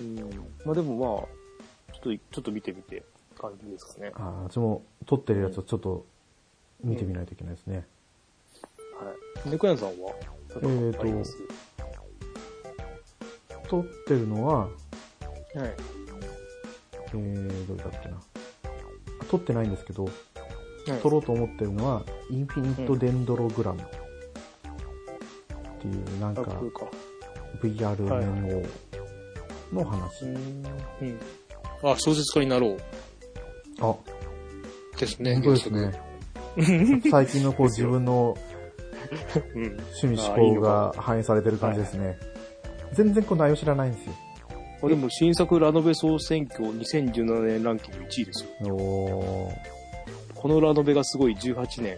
Speaker 2: うん。まあでもまあ、ちょっと、ちょっと見てみて、感じですかね。は
Speaker 1: ああ、ちも撮ってるやつをちょっと見てみないといけないですね。
Speaker 2: い。猫やんさんは
Speaker 1: えーと
Speaker 2: あります
Speaker 1: 撮ってるのは、
Speaker 2: はい。
Speaker 1: えー、どれだっけな。撮ってないんですけど、
Speaker 2: はい
Speaker 1: 撮ろうと思ってるのは、インフィニットデンドログラムっていう、なん
Speaker 2: あ
Speaker 1: か、
Speaker 2: これか。
Speaker 1: VR
Speaker 2: はい
Speaker 1: 面をの話。
Speaker 2: うん。あ、小説家になろう。
Speaker 1: あ、本
Speaker 2: ですね。
Speaker 1: 当ですね。 最近のこう自分の
Speaker 2: 結局。うん。
Speaker 1: 趣味
Speaker 2: あ
Speaker 1: 思
Speaker 2: いい
Speaker 1: 考
Speaker 2: の
Speaker 1: が
Speaker 2: か
Speaker 1: 反映されてる感じですね。全然こう内容知らないんです
Speaker 2: あでも新作ラノベ総選挙2017年ランキング1位ですよ。
Speaker 1: よ。お
Speaker 2: このラノベがすごい18年。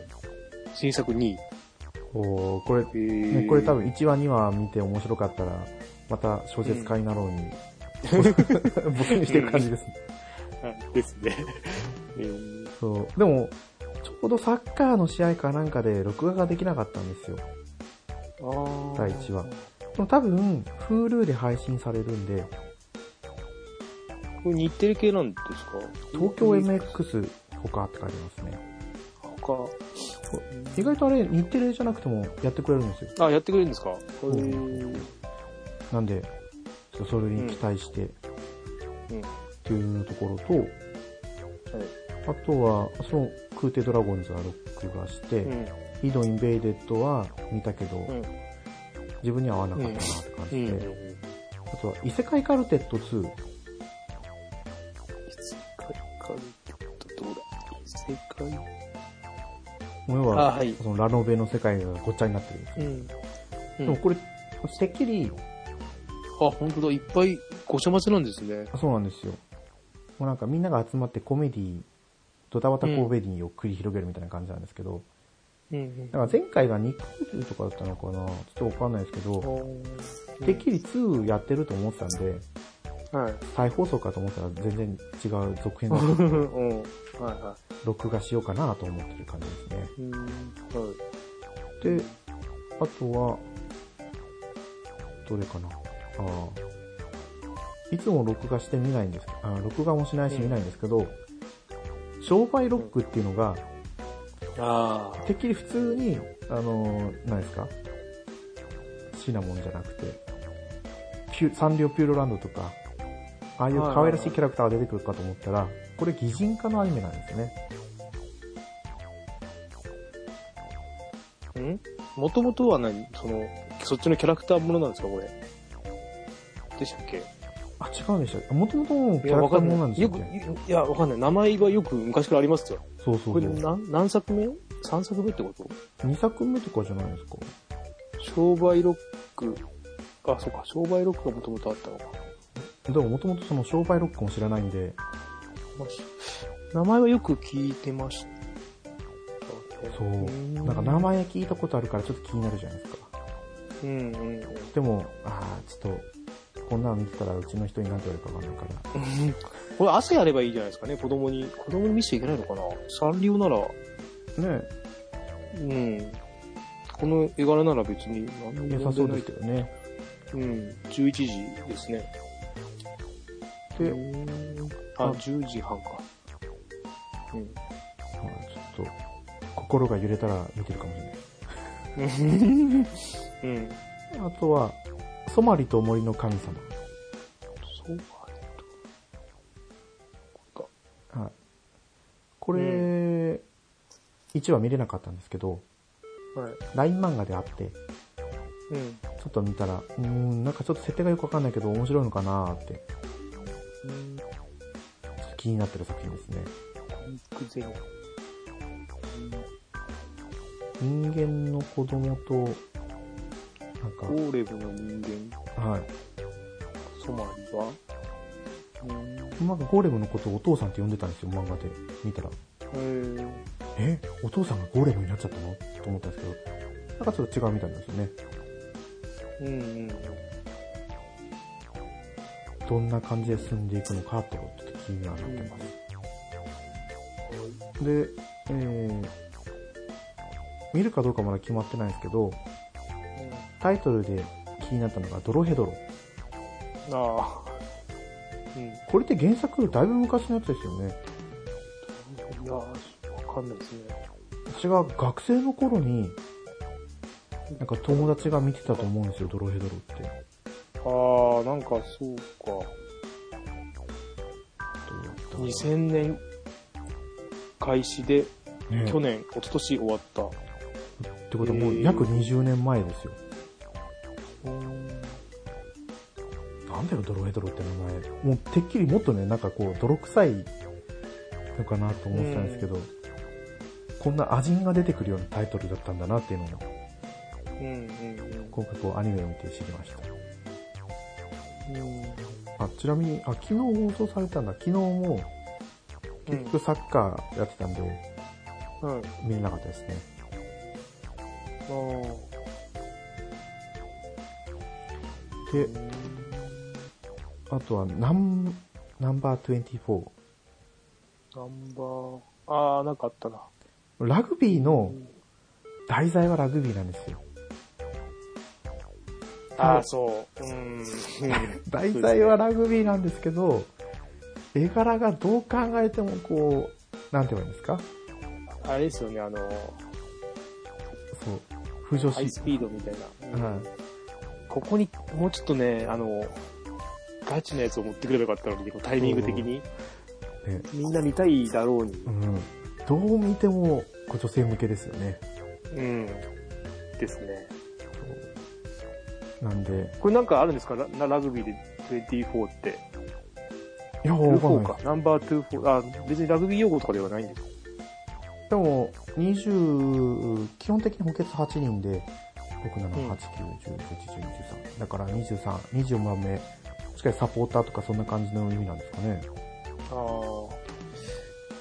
Speaker 2: 新作2位。
Speaker 1: ー、おーこれ、
Speaker 2: えー
Speaker 1: ね、これ多分1話2話見て面白かったら、また小説家になろうに、 僕にしてる感じですね。
Speaker 2: はいですね。 えー
Speaker 1: そう。でも、ちょうどサッカーの試合かなんかで録画ができなかったんですよ。
Speaker 2: あー
Speaker 1: 第一話でも多分、Hulu で配信されるんで、
Speaker 2: これ日テレ系なんですか
Speaker 1: 東京 MX 他って書いてますね。
Speaker 2: か。
Speaker 1: 意外とあれ、日テレじゃなくてもやってくれるんですよ。
Speaker 2: あ、やってくれるんですか
Speaker 1: ん
Speaker 2: へー
Speaker 1: なんで、ちょっとそれに期待して、
Speaker 2: うん
Speaker 1: っていうところと、あとは、その、空挺ドラゴンズは録画して、
Speaker 2: うん。
Speaker 1: イド・インベイデッドは見たけど、
Speaker 2: うん
Speaker 1: 自分には合わなかったなって感じ
Speaker 2: う
Speaker 1: で、
Speaker 2: ん。
Speaker 1: あとは、異世界カルテット2、
Speaker 2: 異世界かどうだ異世界
Speaker 1: 要
Speaker 2: あ、
Speaker 1: は、
Speaker 2: はい。
Speaker 1: そのラノベの世界がごっちゃになってるんですよ。
Speaker 2: うん。う
Speaker 1: で
Speaker 2: ん
Speaker 1: もこれ、てっきり、
Speaker 2: あ、本当だ。いっぱいごちゃ混ぜなんですね。
Speaker 1: そうなんですよ。もうなんかみんなが集まってコメディ、ドタバタコメディを繰り広げるみたいな感じなんですけど、
Speaker 2: うん
Speaker 1: だから前回が2回中とかだったのかなちょっとわかんないですけど、
Speaker 2: うん。
Speaker 1: てっきり2やってると思ってたんで、
Speaker 2: はい。
Speaker 1: 再放送かと思ったら全然違う続編
Speaker 2: う
Speaker 1: の
Speaker 2: ん。はいは
Speaker 1: 録画しようかなと思ってる感じ
Speaker 2: い。うん。はい。
Speaker 1: ですね。で、あとは、どれかなああ。いつも録画して見ないんですけど、あ録画もしないし見ないんですけど、商売ロックっていうのが、
Speaker 2: あ
Speaker 1: てっきり普通に、あのー、何ですかシナモンじゃなくて、ピュサンリオピューロランドとか、ああいう可愛らしいキャラクターが出てくるかと思ったら、これ擬人化のアニメなんですね。
Speaker 2: あ。んもともとは何その、そっちのキャラクターものなんですかこれ。でしたっけ
Speaker 1: あ、違うんでした。もともとキャラクターものなんで
Speaker 2: よ
Speaker 1: した
Speaker 2: く、
Speaker 1: っ
Speaker 2: い
Speaker 1: け
Speaker 2: や、わかんない。名前はよく昔からありますよ。
Speaker 1: そうそ
Speaker 2: こ
Speaker 1: う
Speaker 2: れ
Speaker 1: そう。
Speaker 2: 何何作目 ?3 作目ってこと
Speaker 1: 2作目とかじゃないですか。
Speaker 2: 商売ロック。あ、そうか。商売ロックがもともとあったのか。
Speaker 1: でももともとその商売ロックも知らないんで、
Speaker 2: まあし名前はよく聞いてましたね。
Speaker 1: そう。なんか名前聞いたことあるからちょっと気になるじゃないですか。
Speaker 2: うんうんうん。
Speaker 1: でも、ああ、ちょっと、こんなの見てたらうちの人になんて言われるかわかんないから。
Speaker 2: これ朝やればいいじゃないですかね、子供に。子供に見せちゃいけないのかなサンリオなら、
Speaker 1: ね
Speaker 2: うん。この絵柄なら別に何も問題
Speaker 1: 良
Speaker 2: な
Speaker 1: さ
Speaker 2: い
Speaker 1: そうですけどね。
Speaker 2: うん。11時ですね。
Speaker 1: で、
Speaker 2: うんあ、
Speaker 1: あ
Speaker 2: 10時半か。うん。
Speaker 1: まあちょっと、心が揺れたら見てるかもしれない。
Speaker 2: うん。
Speaker 1: あとは、ソマリと森の神様。
Speaker 2: そうか。こ
Speaker 1: はい。こ
Speaker 2: う
Speaker 1: れ、1話見れなかったんですけど、
Speaker 2: れか。はい。
Speaker 1: LINE 漫画であって、ち
Speaker 2: うん。
Speaker 1: ょっと見たら、うーん、なんかちょっと設定がよくわかんないけど面白いのかなーって、ちょっと気になってる作品ですね。
Speaker 2: クゼロ。
Speaker 1: 人間の子供と、
Speaker 2: オ
Speaker 1: なん
Speaker 2: ーレブの人
Speaker 1: か、
Speaker 2: 間、
Speaker 1: はい。
Speaker 2: ソマリは、うん。
Speaker 1: なんかゴーレムのことをお父さんって呼んでたんですよ、漫画で。見たら。
Speaker 2: へえ。
Speaker 1: えお父さんがゴーレムになっちゃったのと思ったんですけど、なんかちょっと違うみたいなんですよね。
Speaker 2: うんうん。
Speaker 1: どんな感じで進んでいくのかと、ちょっと気にはなってます。で、えー、見るかどうかまだ決まってないんですけど、タイトルで気になったのがドロヘドロ。
Speaker 2: ああ。うん。い
Speaker 1: これって原作だいぶ昔のやつですよね。
Speaker 2: や、わかんないですね。
Speaker 1: 私が学生の頃に、なんか友達が見てたと思うんですよ、ドロヘドロって。
Speaker 2: ああ、なんかそうか。
Speaker 1: どうだったか
Speaker 2: 2000年開始で、
Speaker 1: なね
Speaker 2: 去年、一昨年終わった。
Speaker 1: ってことはもう約20年前ですよ。なんだよ、ドロヘドロって名前。もう、てっきりもっとね、なんかこう、泥臭いのかなと思ってたんですけど、こんなアジンが出てくるようなタイトルだったんだなっていうのを、
Speaker 2: うんうん
Speaker 1: 今回こう、アニメを見て知りました。
Speaker 2: うん。うん
Speaker 1: あ、ちなみに、あ、昨日放送されたんだ。昨日も、結局サッカーやってたんで、
Speaker 2: はい。
Speaker 1: 見れなかったですね。
Speaker 2: あー
Speaker 1: で、あとは、ナン、ナンバー24。
Speaker 2: ナンバー、ああ、なんかあったな。
Speaker 1: ラグビーの、題材はラグビーなんですよ。
Speaker 2: ああ、そう。うん。
Speaker 1: 題材はラグビーなんですけど、絵柄がどう考えてもこう、なんて言えばいいんですか
Speaker 2: あれですよね、あの、
Speaker 1: そう、浮上
Speaker 2: ハイ
Speaker 1: し
Speaker 2: スピードみたいな。うん
Speaker 1: はい
Speaker 2: ここに、もうちょっとね、あの、ガチなやつを持ってくればよかったのに、こうタイミング的
Speaker 1: ね
Speaker 2: に。みんな見たいだろうに。
Speaker 1: うん。どう見ても、こう女性向けですよね。
Speaker 2: うん。ですね。
Speaker 1: なんで、
Speaker 2: これなんかあるんですかララグビーで24って。
Speaker 1: いや、わかん
Speaker 2: 24
Speaker 1: ない
Speaker 2: か。ナンバー24。あ、別にラグビー用語とかではないんですか
Speaker 1: でも、20、基本的に補欠8人で、6、7、
Speaker 2: うん
Speaker 1: 8、9、10、11、12、13。だから23、24番目。もしかしサポーターとかそんな感じの意味なんですかね。
Speaker 2: ああ。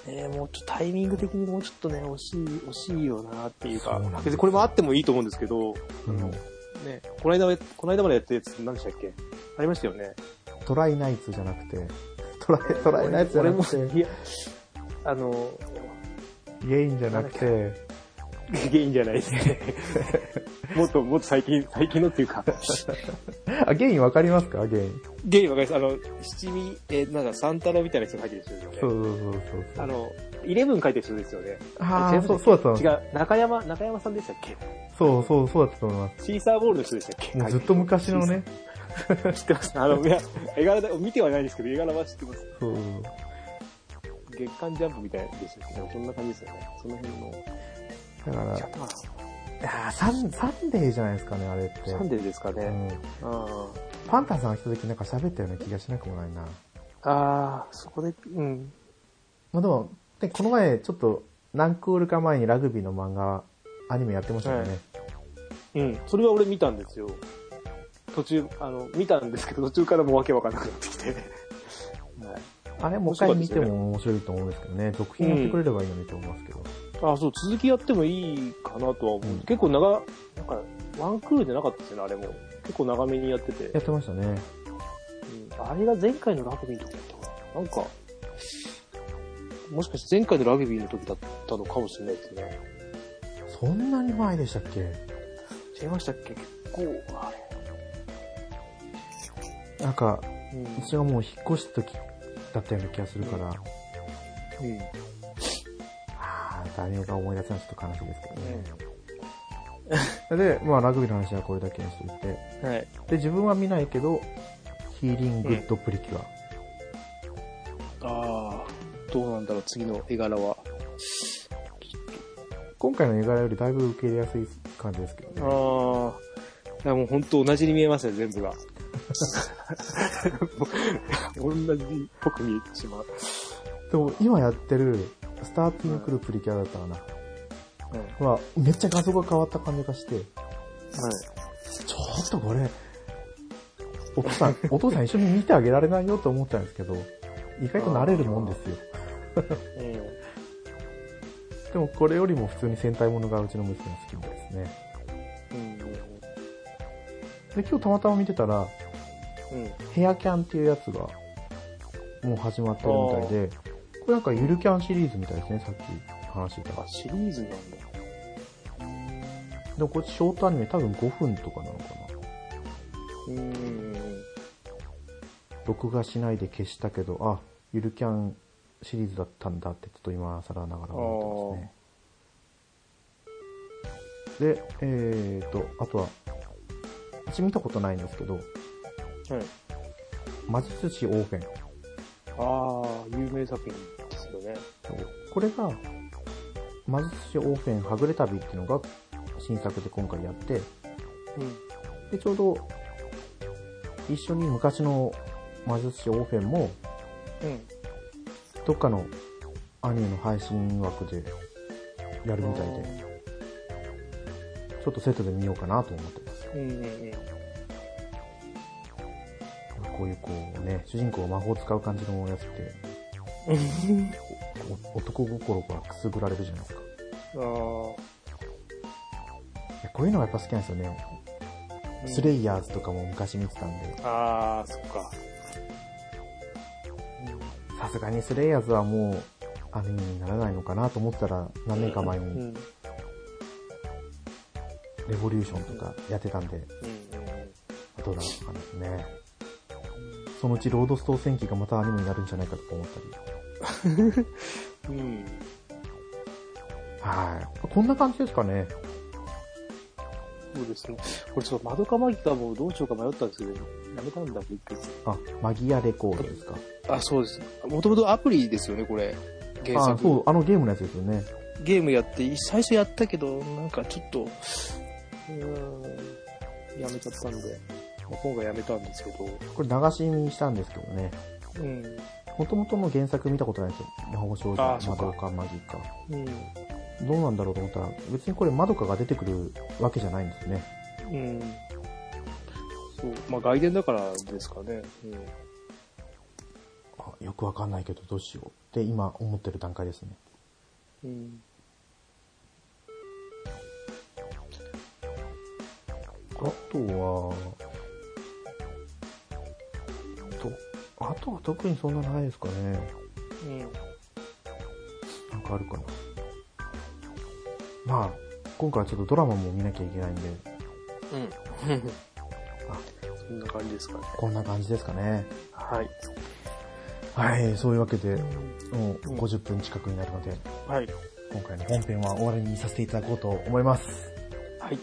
Speaker 2: えー、もうちょっとタイミング的にもうちょっとね、惜しい、惜しいよなっていう
Speaker 1: そ
Speaker 2: か
Speaker 1: うなんですよ
Speaker 2: 別にこれもあってもいいと思うんですけど、
Speaker 1: うん。
Speaker 2: ね、この間は、この間までやったやつ何でしたっけありましたよね。
Speaker 1: トライナイツじゃなくて、トライ、トライナイツじゃなく
Speaker 2: 俺
Speaker 1: て
Speaker 2: も、、いや、あの、
Speaker 1: ゲインじゃなくて、
Speaker 2: ゲインじゃない ですね。もっと、もっと最近、最近のっていうか、
Speaker 1: あ、ゲインわかりますかゲイン。
Speaker 2: ゲインわかります。あの、七味、えーなんか三太郎みたいな人が書いてる人ですよね。
Speaker 1: そうそうそうそうそう。
Speaker 2: あ、の、イレブン書いてる人ですよね。
Speaker 1: あー
Speaker 2: 違う
Speaker 1: そう、そうだった
Speaker 2: 違
Speaker 1: の。
Speaker 2: う、中山、中山さんでしたっけ
Speaker 1: そうそう、そうだったと思いま
Speaker 2: シーサーボールの人でしたっ
Speaker 1: す。
Speaker 2: け
Speaker 1: もうずっと昔のね、
Speaker 2: 書いてる 知ってます。あの、いや、絵柄だ、見てはないですけど、絵柄は知ってます。
Speaker 1: そう、
Speaker 2: 月刊ジャンプみたいでしたっけなんかそんな感じですよね。その辺の。
Speaker 1: だか
Speaker 2: 違っ
Speaker 1: ら、
Speaker 2: たかな
Speaker 1: あーサン、サンデーじゃないですかね、あれって。
Speaker 2: サンデーですか
Speaker 1: う
Speaker 2: ね。
Speaker 1: ん。
Speaker 2: うん。
Speaker 1: パンタンさんが来た時なんか喋ったような気がしなくもないな。
Speaker 2: ああ、そこで、うん。
Speaker 1: まあでも、でこの前ちょっと何クールか前にラグビーの漫画、アニメやってましたよね。
Speaker 2: うん。それは俺見たんですよ。途中、あの、見たんですけど、途中からもうわけわかんなくなってきて。はい。
Speaker 1: あれもう一回見ても面白いと思うんですけどね、続編やってくれればいいのにと思いますけど。
Speaker 2: あ、そう、続きやってもいいかなとは思う。
Speaker 1: うん
Speaker 2: 結構長、なんか、ワンクールじゃなかったですよね、あれも。結構長めにやってて。
Speaker 1: やってましたね。
Speaker 2: うんあれが前回のラグビーの時だったかな。なんか、もしかして前回のラグビーの時だったのかもしれないですね。
Speaker 1: そんなに前でしたっけ
Speaker 2: 違いましたっけ結構、あ
Speaker 1: なんか、
Speaker 2: れ。うん。
Speaker 1: 私がもう引っ越した時だったような気がするから、
Speaker 2: うん
Speaker 1: あー、題名が思い出せないちょっと悲しいですけどね。 で、まあラグビーの話はこれだけにしといて。
Speaker 2: はい。
Speaker 1: で、自分は見ないけど、ヒーリングとプリキュア。
Speaker 2: ああ、どうなんだろう、次の絵柄は。
Speaker 1: 今回の絵柄よりだいぶ受け入れやすい感じですけどね。
Speaker 2: ああ。いやもう本当同じに見えますね、全部が。 同じっぽく見えてしまう。
Speaker 1: でも今やってる、スターティングクルプリキュアだったかな。
Speaker 2: うん。はい。
Speaker 1: は、めっちゃ画像が変わった感じがして、ちょっとこれ、お父さん、お父さん一緒に見てあげられないよと思ったんですけど、意外と慣れるもんですよ。
Speaker 2: うん。
Speaker 1: でもこれよりも普通に戦隊ものがうちの娘が好きみたいですね。
Speaker 2: うん。
Speaker 1: で、今日たまたま見てたら、
Speaker 2: うん。
Speaker 1: ヘアキャンっていうやつが、もう始まってるみたいで、これなんかゆるキャンシリーズみたいですね、さっき話してた
Speaker 2: あ、。シリーズなんだ。
Speaker 1: でもこれショートアニメ多分5分とかなのかな。
Speaker 2: うーん。
Speaker 1: 録画しないで消したけど、あ、ゆるキャンシリーズだったんだってちょっと今更ながら思ってますね。で、えーと、あとは、私見たことないんですけど、
Speaker 2: はい。
Speaker 1: 魔術師オーフェン。
Speaker 2: ああ、有名作品ですよね。
Speaker 1: これが、魔術師オーフェンはぐれ旅っていうのが新作で今回やって、
Speaker 2: うん。
Speaker 1: で、ちょうど、一緒に昔の魔術師オーフェンも、
Speaker 2: うん。
Speaker 1: どっかのアニメの配信枠でやるみたいで、ちょっとセットで見ようかなと思ってます。
Speaker 2: うんうんうん。
Speaker 1: こういうこうね、主人公が魔法を使う感じのやつって、お男心がくすぐられるじゃないですか。い
Speaker 2: あ
Speaker 1: やこういうのがやっぱ好きなんですよね。
Speaker 2: あ。
Speaker 1: スレイヤーズとかも昔見てたんで、
Speaker 2: ああ、そっか。
Speaker 1: さすがにスレイヤーズはもうアニメにならないのかなと思ってたら何年か前
Speaker 2: うん。う
Speaker 1: に
Speaker 2: ん。
Speaker 1: レボリューションとかやってたんで、
Speaker 2: うん
Speaker 1: どうなるのかですね。そのうちロードストー戦記がまたアニメになるんじゃないかとか思ったり。
Speaker 2: うん。うん。
Speaker 1: はい。こんな感じですかね。
Speaker 2: そうですね。これちょっと窓かマギカもどうしようか迷ったんですけど、やめたんだ、びっくりした
Speaker 1: あ、マギアレコードですか。
Speaker 2: あ、そうです。もともとアプリですよね、これ。原
Speaker 1: あ、
Speaker 2: 作。
Speaker 1: そう、あのゲームのやつですよね。
Speaker 2: ゲームやって、最初やったけど、なんかちょっと、うーん、やめちゃったんで、まあ今回やめたんですけど、
Speaker 1: これ流し見したんですけどね。
Speaker 2: うん。
Speaker 1: 元々の原作見たことないんですよ。魔法少女、
Speaker 2: あそう
Speaker 1: マ
Speaker 2: か
Speaker 1: ドカ、マギカ。
Speaker 2: うん。
Speaker 1: どうなんだろうと思ったら、別にこれマドカが出てくるわけじゃないんですね。
Speaker 2: うん。そう。まあ外伝だからですかね。
Speaker 1: あよくわかんないけどどうしようって今思ってる段階ですね。
Speaker 2: うん。うん。
Speaker 1: あとは、と、あとは特にそんなないですかね。
Speaker 2: うん。
Speaker 1: なんかあるかな。まあ、今回はちょっとドラマも見なきゃいけないんで、
Speaker 2: うん。
Speaker 1: あ
Speaker 2: そんな感じですかね。
Speaker 1: こんな感じですかね。
Speaker 2: はい。
Speaker 1: はい、そういうわけで、もう50分近くになるので、
Speaker 2: はい。
Speaker 1: 今回の本編は終わりにさせていただこうと思います。
Speaker 2: はい。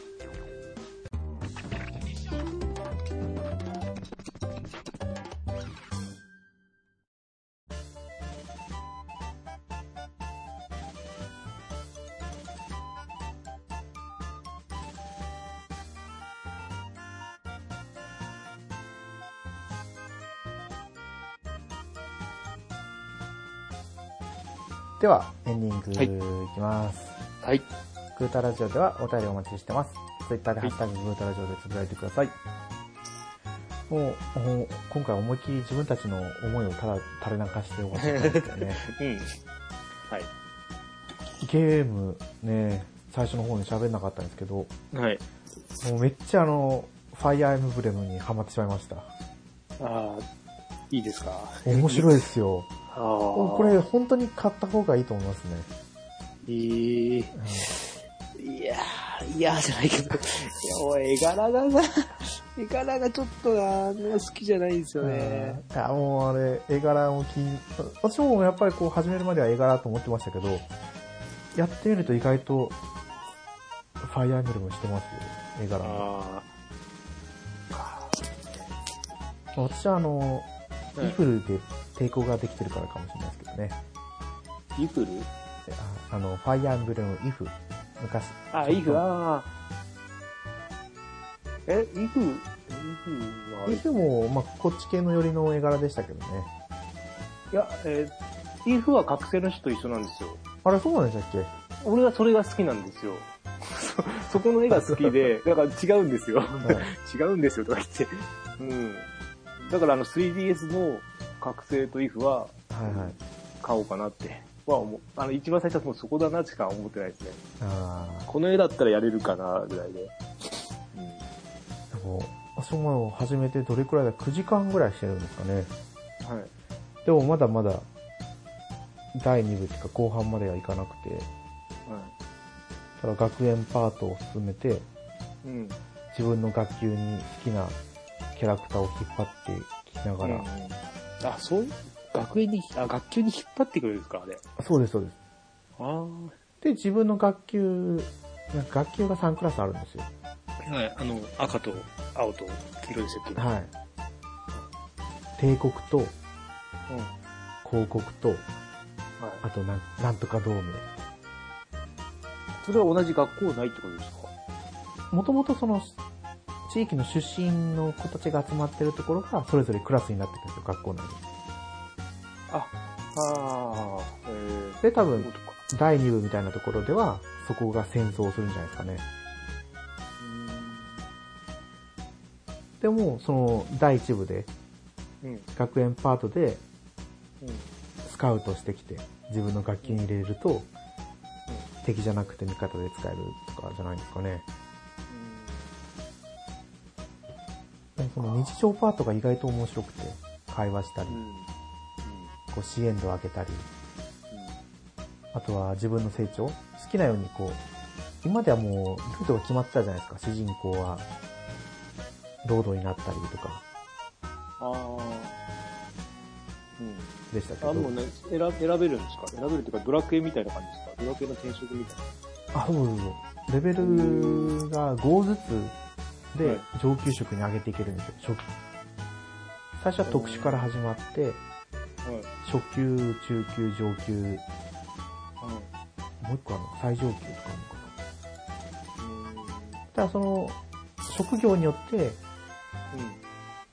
Speaker 1: では、エンディングいきます。
Speaker 2: はい。
Speaker 1: グータラジオではお便りお待ちしてます。ツイッターでハッシュタググータラジオでつぶやいてください。もう、もう今回思いっきり自分たちの思いをただ垂れ流して終わってたんですよね。
Speaker 2: うん。はい。
Speaker 1: ゲームね、最初の方に喋んなかったんですけど、も
Speaker 2: はい。
Speaker 1: うめっちゃあの、ファイアーエムブレムにハマってしまいました。
Speaker 2: ああ、いいですか。
Speaker 1: 面白いですよ。
Speaker 2: ああ。
Speaker 1: これ本当に買った方がいいと思いますね。
Speaker 2: いい。
Speaker 1: うん
Speaker 2: いやー、いやーじゃないけど、いやおい、絵柄がな、絵柄がちょっとな、あんま好きじゃないんですよね。
Speaker 1: うんいや、もうあれ、絵柄も気に、私もやっぱりこう始めるまでは絵柄と思ってましたけど、やってみると意外と、ファイアーエンブレムしてますよ、絵柄も。
Speaker 2: あ
Speaker 1: 私はあの、
Speaker 2: あ、うん
Speaker 1: イフルで抵抗ができてるからかもしれないですけどね。
Speaker 2: イフル
Speaker 1: ああの、ファイアーエンブレムイフ、昔。
Speaker 2: あ、イフ、ああ。え、イフイフは、
Speaker 1: イ
Speaker 2: い
Speaker 1: フも、まあ、こっち系の寄りの絵柄でしたけどね。
Speaker 2: や、えーイフは覚醒の人と一緒なんですよ。
Speaker 1: あれ、そうなんでしたっけ
Speaker 2: 俺はそれが好きなんですよ。 そ、そこの絵が好き で、だから違うんですよ。 違うんですよとか言って。うん。だからあの 3DS の覚醒とイフは、
Speaker 1: はいはい。
Speaker 2: 買おうかなっては思う。あの、一番最初はもうそこだなしか思ってないですね。
Speaker 1: あー
Speaker 2: この絵だったらやれるかな、ぐらいで。
Speaker 1: でもアソマを始めてどれくらいだ ?9 時間ぐらいしてるんですかね。
Speaker 2: はい。
Speaker 1: でもまだまだ、第2部っていうか後半まではいかなくて、
Speaker 2: は
Speaker 1: ただ学園パートを進めて、
Speaker 2: い。うん。
Speaker 1: 自分の学級に好きなキャラクターを引っ張ってきながら、
Speaker 2: うんあ、そういう、学園に、あ、学級に引っ張ってくれるんですか、あれ。
Speaker 1: そうです、そうです。
Speaker 2: ああ。
Speaker 1: で、自分の学級、なんか学級が3クラスあるんですよ。
Speaker 2: はい。あの、赤と青と黄色でしたっけ
Speaker 1: はい。帝国と、
Speaker 2: うん。は
Speaker 1: 広告と、あ
Speaker 2: い。
Speaker 1: となん、なんとかドーム。
Speaker 2: それは同じ学校ないってことですか
Speaker 1: もともとその、地域の出身の子たちが集まってるところが、それぞれクラスになってくるんですよ、学校内
Speaker 2: あ、ああ、えー
Speaker 1: で。で、多
Speaker 2: そういう
Speaker 1: 分
Speaker 2: こ、とか。
Speaker 1: 第2部みたいなところでは、そこが戦争をするんじゃないですかね。でも、その、第1部で、
Speaker 2: うん。うん。
Speaker 1: 学園パートで、
Speaker 2: うん。
Speaker 1: スカウトしてきて、自分の楽器に入れると、敵じゃなくて味方で使えるとかじゃないですかね。でもその日常パートが意外と面白くて、会話したり
Speaker 2: う、ん。
Speaker 1: こう支援度を上げたり、あとは自分の成長好きなようにこう、今まではもうルートが決まってたじゃないですか。主人公は、ロードになったりとか
Speaker 2: ああ。うん。
Speaker 1: でしたけ
Speaker 2: あ、もう
Speaker 1: ど。
Speaker 2: ね、選選べるんですか選べるっていうか、ドラクエみたいな感じですかドラクエの転職みたいな。
Speaker 1: あ、そうそうそう。レベルが5ずつ
Speaker 2: は
Speaker 1: で
Speaker 2: い
Speaker 1: 上級職に上げていけるんですよ。初最初は特殊から始まって、
Speaker 2: はい。
Speaker 1: 初級、中級、上級、もう一個あるの、最上級とかあるのかな。ただその、職業によって
Speaker 2: うん。うん。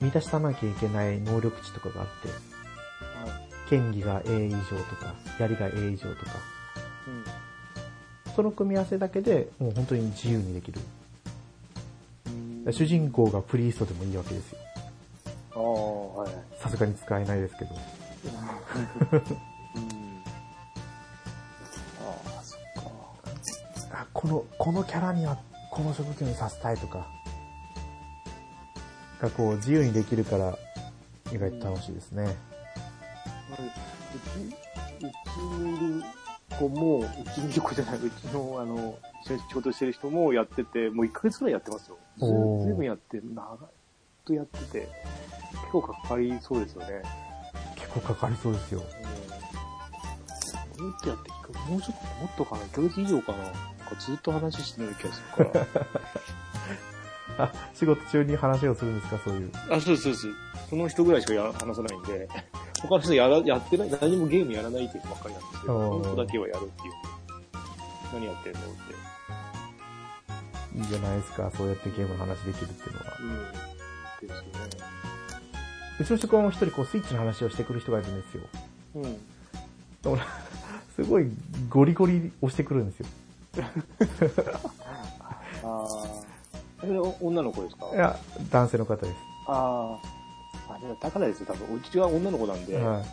Speaker 1: 満たさなきゃいけない能力値とかがあって、
Speaker 2: はい。
Speaker 1: 剣技が A 以上とか、槍が A 以上とか、
Speaker 2: うん。
Speaker 1: その組み合わせだけでもう本当に自由にできる。主人公がプリーストでもいいわけですよ。
Speaker 2: ああ、はい。
Speaker 1: さすがに使えないですけど。
Speaker 2: うん。ああ、そっか。
Speaker 1: あ、この、このキャラにはこの職業にさせたいとか、がこう自由にできるから意外と楽しいですね。
Speaker 2: うち、うちにいる子も、うちにいる子じゃない、うちの、あの、一緒に仕事してる人もやってて、もう1ヶ月ぐらいやってますよ。ず
Speaker 1: おー
Speaker 2: ずいぶんやって、長いとやってて、結構かかりそうですよね。
Speaker 1: 結構かかりそうですよ。
Speaker 2: うん。もっとやってきか、もうちょっと、もっとかな、1ヶ月以上かな。なんかずっと話してる気がするから。
Speaker 1: あ、仕事中に話をするんですか、そういう。
Speaker 2: あ、そうですそうです。この人ぐらいしかや話さないんで、他の人やらやってない、何もゲームやらないって人ばっかりなんですけど、
Speaker 1: おー
Speaker 2: この人だけはやるっていう。何やってんのって。
Speaker 1: いいじゃないですか、そうやってゲームの話できるっていうのは。
Speaker 2: うん。ですね。
Speaker 1: うちの職場も一人こうスイッチの話をしてくる人がいるんですよ。
Speaker 2: うん。
Speaker 1: でもなすごいゴリゴリ押してくるんですよ。
Speaker 2: ああ。それお女の子ですか
Speaker 1: いや、男性の方です。
Speaker 2: ああ。あ、でもだからですよ、多分。うちは女の子なんで。うん
Speaker 1: はい。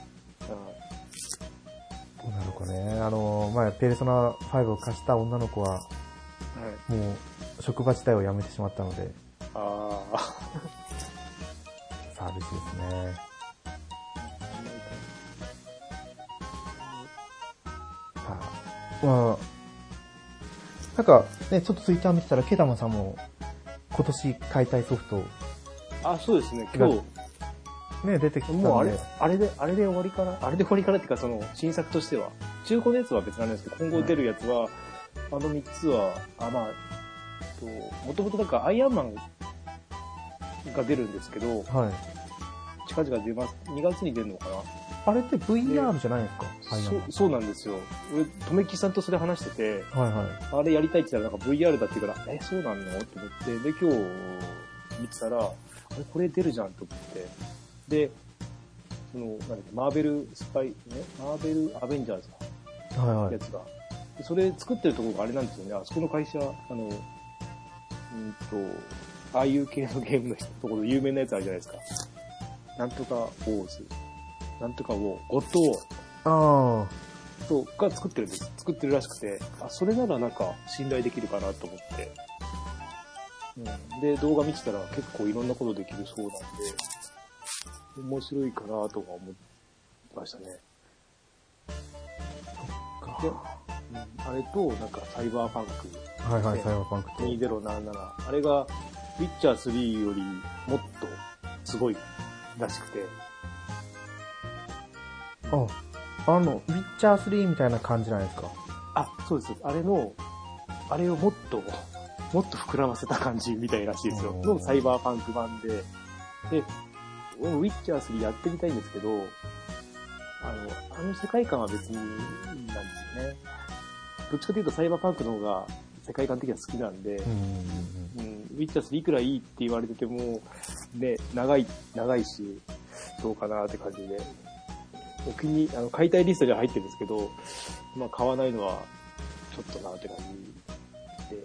Speaker 1: どうなのかね。あの、前、ペルソナ5を貸した女の子は、
Speaker 2: はい
Speaker 1: もう、職場自体を辞めてしまったので、
Speaker 2: あ あ。
Speaker 1: サービスですね。はい。まあ、なんか、ね、ちょっとツイッター見てたら、ケダマさんも、今年解体ソフト、
Speaker 2: あ、そうですね、今日。
Speaker 1: ね、出てきたんで。
Speaker 2: もうあれ、あれで、あれで終わりかなあれで終わりかなっていうか、その、新作としては。中古のやつは別なんですけど、今後出るやつは、あの3つは、あ、まあ、と、もともとなんかアイアンマンが出るんですけど、
Speaker 1: はい。
Speaker 2: 近々出ます。2月に出るのかな
Speaker 1: あれって VR じゃないんですか、はい
Speaker 2: そう、そうなんですよ。俺、とめきさんとそれ話してて、
Speaker 1: はいはい。
Speaker 2: あれやりたいって言ったらなんか VR だって言うから、え、そうなんのって思って、で、今日見てたら、あれ、これ出るじゃんと思って。で、その、なんだっけ、マーベルスパイ、ね、マーベルアベンジャーズ
Speaker 1: はいは
Speaker 2: の
Speaker 1: い
Speaker 2: や。つが。でそれ作ってるところがあれなんですよね。あそこの会社、あの、うんと、ああいう系のゲームのところ、有名なやつあるじゃないですか。なんとかウォーズ。なんとかウォー。ゴッドウォー。
Speaker 1: あ
Speaker 2: そうが作ってるんです。作ってるらしくて、あ、それならなんか信頼できるかなと思って。ううん、で、動画見てたら結構いろんなことできるそうなんで、面白いかなとか思いましたね。で、うん、あれと、なんかサイバーパンク
Speaker 1: はいはい、サイバーパンクって。
Speaker 2: 2077、あれが、ウィッチャー3よりもっとすごいらしくて、
Speaker 1: あ、あの、ウィッチャー3みたいな感じなんですか。
Speaker 2: あ、そうです。あれの、あれをもっと、もっと膨らませた感じみたいらしいですよ。
Speaker 1: うん
Speaker 2: のサイバーパンク版で。で、俺もウィッチャー3やってみたいんですけど、あの、あの世界観は別になんですよね。どっちかというとサイバーパンクの方が世界観的には好きなんで、
Speaker 1: うんうん
Speaker 2: うん、ウィッチャー3いくらいいって言われてても、ね、長い、長いし、どうかなって感じで。お気に、あの、買いたいリストには入ってるんですけど、まあ買わないのは、ちょっとなって感じで、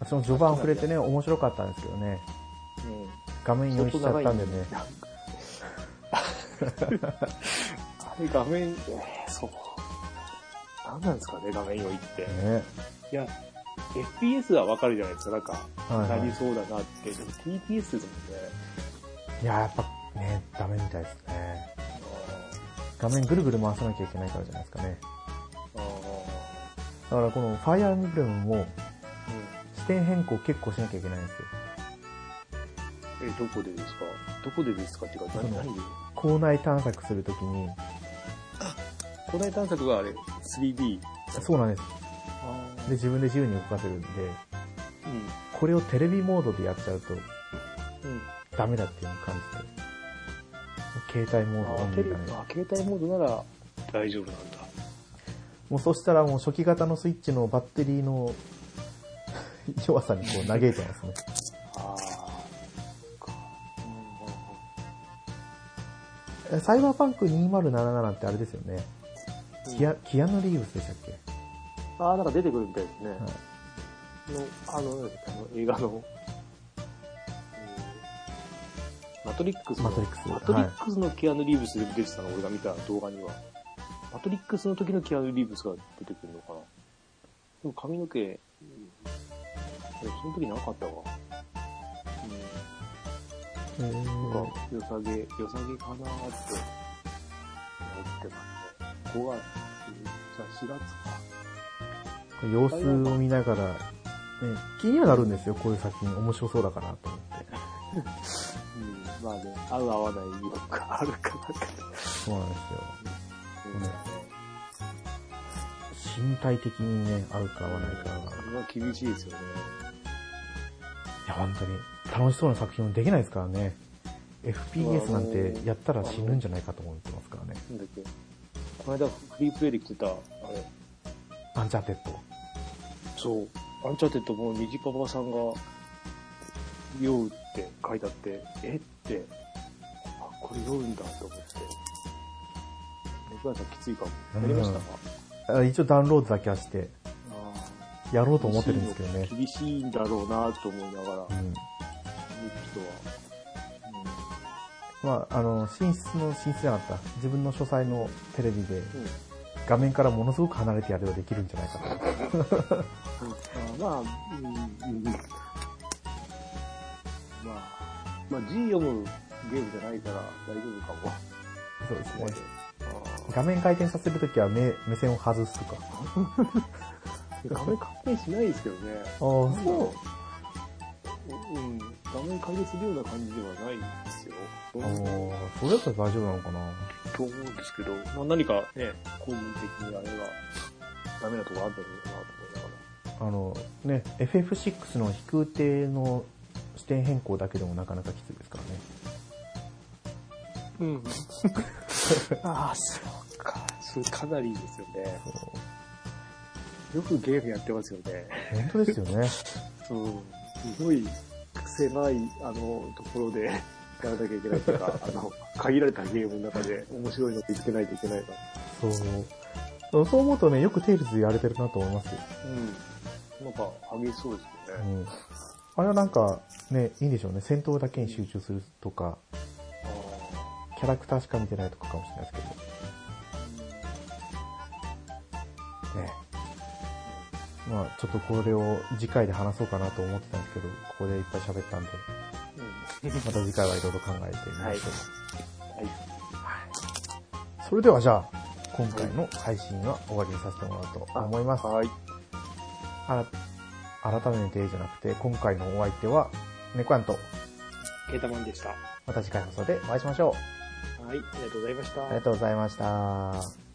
Speaker 1: うん。その序盤触れてね、面白かったんですけどね。
Speaker 2: うん。
Speaker 1: 画面用意しちゃったんでね。
Speaker 2: あれ画面、えーそう。何なんですかね、画面用意って。
Speaker 1: ね。
Speaker 2: いや、FPS はわかるじゃないですか、なんか、
Speaker 1: はい、
Speaker 2: な
Speaker 1: は
Speaker 2: り
Speaker 1: い。
Speaker 2: そうだなって。でも TPS ですもんね。
Speaker 1: いや、やっぱね、ダメみたいですね。
Speaker 2: あー
Speaker 1: 画面ぐるぐる回さなきゃいけないからじゃないですかね。
Speaker 2: あ
Speaker 1: だからこのファイアーエンブレムも
Speaker 2: ーうん
Speaker 1: 視点変更結構しなきゃいけないんですよ。
Speaker 2: え、どこでですかどこでですかっていうか、
Speaker 1: そ
Speaker 2: 何
Speaker 1: の
Speaker 2: 何で
Speaker 1: 校内探索するときに、
Speaker 2: 古代探索があれ、3D。
Speaker 1: そうなんです。
Speaker 2: あ
Speaker 1: で、自分で自由に動かせるんで、これをテレビモードでやっちゃうと
Speaker 2: うん。うん。
Speaker 1: ダメだっていうのを感じて、携帯モード
Speaker 2: あ
Speaker 1: オン
Speaker 2: テ
Speaker 1: に
Speaker 2: レビ
Speaker 1: かね。
Speaker 2: あ、携帯モードなら大丈夫なんだ。
Speaker 1: もうそしたらもう初期型のスイッチのバッテリーの 弱さにこう嘆いてますね。
Speaker 2: ああ。か
Speaker 1: えサイバーパンク2077ってあれですよね。
Speaker 2: うん
Speaker 1: キアキアヌ・リーブスでしたっけ
Speaker 2: ああ、なんか出てくるみたいですね。
Speaker 1: はい
Speaker 2: のあの、なんだっけあの映画の、うんマトリックスの、
Speaker 1: マトリックス
Speaker 2: マトリックスのキアヌ・リーブスで出てたの、俺が見た動画には。マトリックスの時のキアヌ・リーブスが出てくるのかな。でも髪の毛、うん、でもその時なかったわ。
Speaker 1: え
Speaker 2: うん、
Speaker 1: ー
Speaker 2: なんか、良さげ、良さげかなーって思ってますね。5月、うんじゃあ4月か。
Speaker 1: 様子を見ながら、ね、気にはなるんですよ、こういう作品。面白そうだかなと思って。
Speaker 2: うん、まあね、合う合わないよくあるかなって。
Speaker 1: そうなんですよ。
Speaker 2: うん
Speaker 1: 身体的にね、合うか合わないか。い
Speaker 2: それは厳しいですよね。
Speaker 1: や、本当に、楽しそうな作品もできないですからね。FPS なんてやったら死ぬんじゃないかと思ってますからね。
Speaker 2: なんだっけ。この間、フリープレイで来てた、あれ、
Speaker 1: アンチャーテッド。
Speaker 2: そう、アンチャーテッドも虹パパさんが、酔うって書いてあって、えって、あ、これ酔うんだと思って。僕はさんきついかも。やりましたか、
Speaker 1: あ一応ダウンロードだけはして、
Speaker 2: あ
Speaker 1: やろう
Speaker 2: あ
Speaker 1: と思ってるんですけどね。
Speaker 2: 厳しいんだろうなと思いながら
Speaker 1: う、ん。
Speaker 2: 人は。
Speaker 1: まあ、あの、寝室の、寝室じゃなかった。自分の書斎のテレビで、
Speaker 2: うん。うん
Speaker 1: 画面からものすごく離れてやればできるんじゃないかと。
Speaker 2: うんあまあ、うん、うんまあ、まあ、字読むゲームじゃないから大丈夫かも。
Speaker 1: そうですね。
Speaker 2: あ
Speaker 1: 画面回転させるときは目、目線を外すとか。ああ、
Speaker 2: ー画面確定しないですけどね。
Speaker 1: そ
Speaker 2: うん、画面確定するような感じではないんですよ。
Speaker 1: ああ、それだったら大丈夫なのかな。
Speaker 2: と思うんですけど、まあ、何かね、個人的にあれがダメなとこあるんだろうなと思いながら。
Speaker 1: あのね、FF6 の飛空艇の視点変更だけでもなかなかきついですからね。
Speaker 2: うん。 ああ、そうか。それかなりですよね。
Speaker 1: そう
Speaker 2: よくゲームやってますよね。
Speaker 1: 本当ですよね。
Speaker 2: うん、すごい狭いあのところで やらなきゃいけないと か、あの限られたゲームの中で面白いの見つけないといけないから。
Speaker 1: そう。そう思うとね、よくテイルズやれてるなと思いますよ。
Speaker 2: うん。なんか激しそうですよ
Speaker 1: う
Speaker 2: ね。
Speaker 1: ん。あれはなんか、ね、いいんでしょうね。戦闘だけに集中するとか、キャラクターしか見てないとかかもしれないですけど。ね。まあちょっとこれを次回で話そうかなと思ってたんですけど、ここでいっぱい喋ったんで、また次回はいろいろ考えてみましょう。
Speaker 2: はいはい
Speaker 1: はいそれではじゃあ、今回の配信は終わりにさせてもらおうと思います。
Speaker 2: はい。
Speaker 1: あら改めてじゃなくて、今回のお相手は、ネコヤンと、
Speaker 2: ケータマンでした。は
Speaker 1: また次回放送でお会いしましょう。
Speaker 2: い。ありがとうございました。
Speaker 1: ありがとうございました。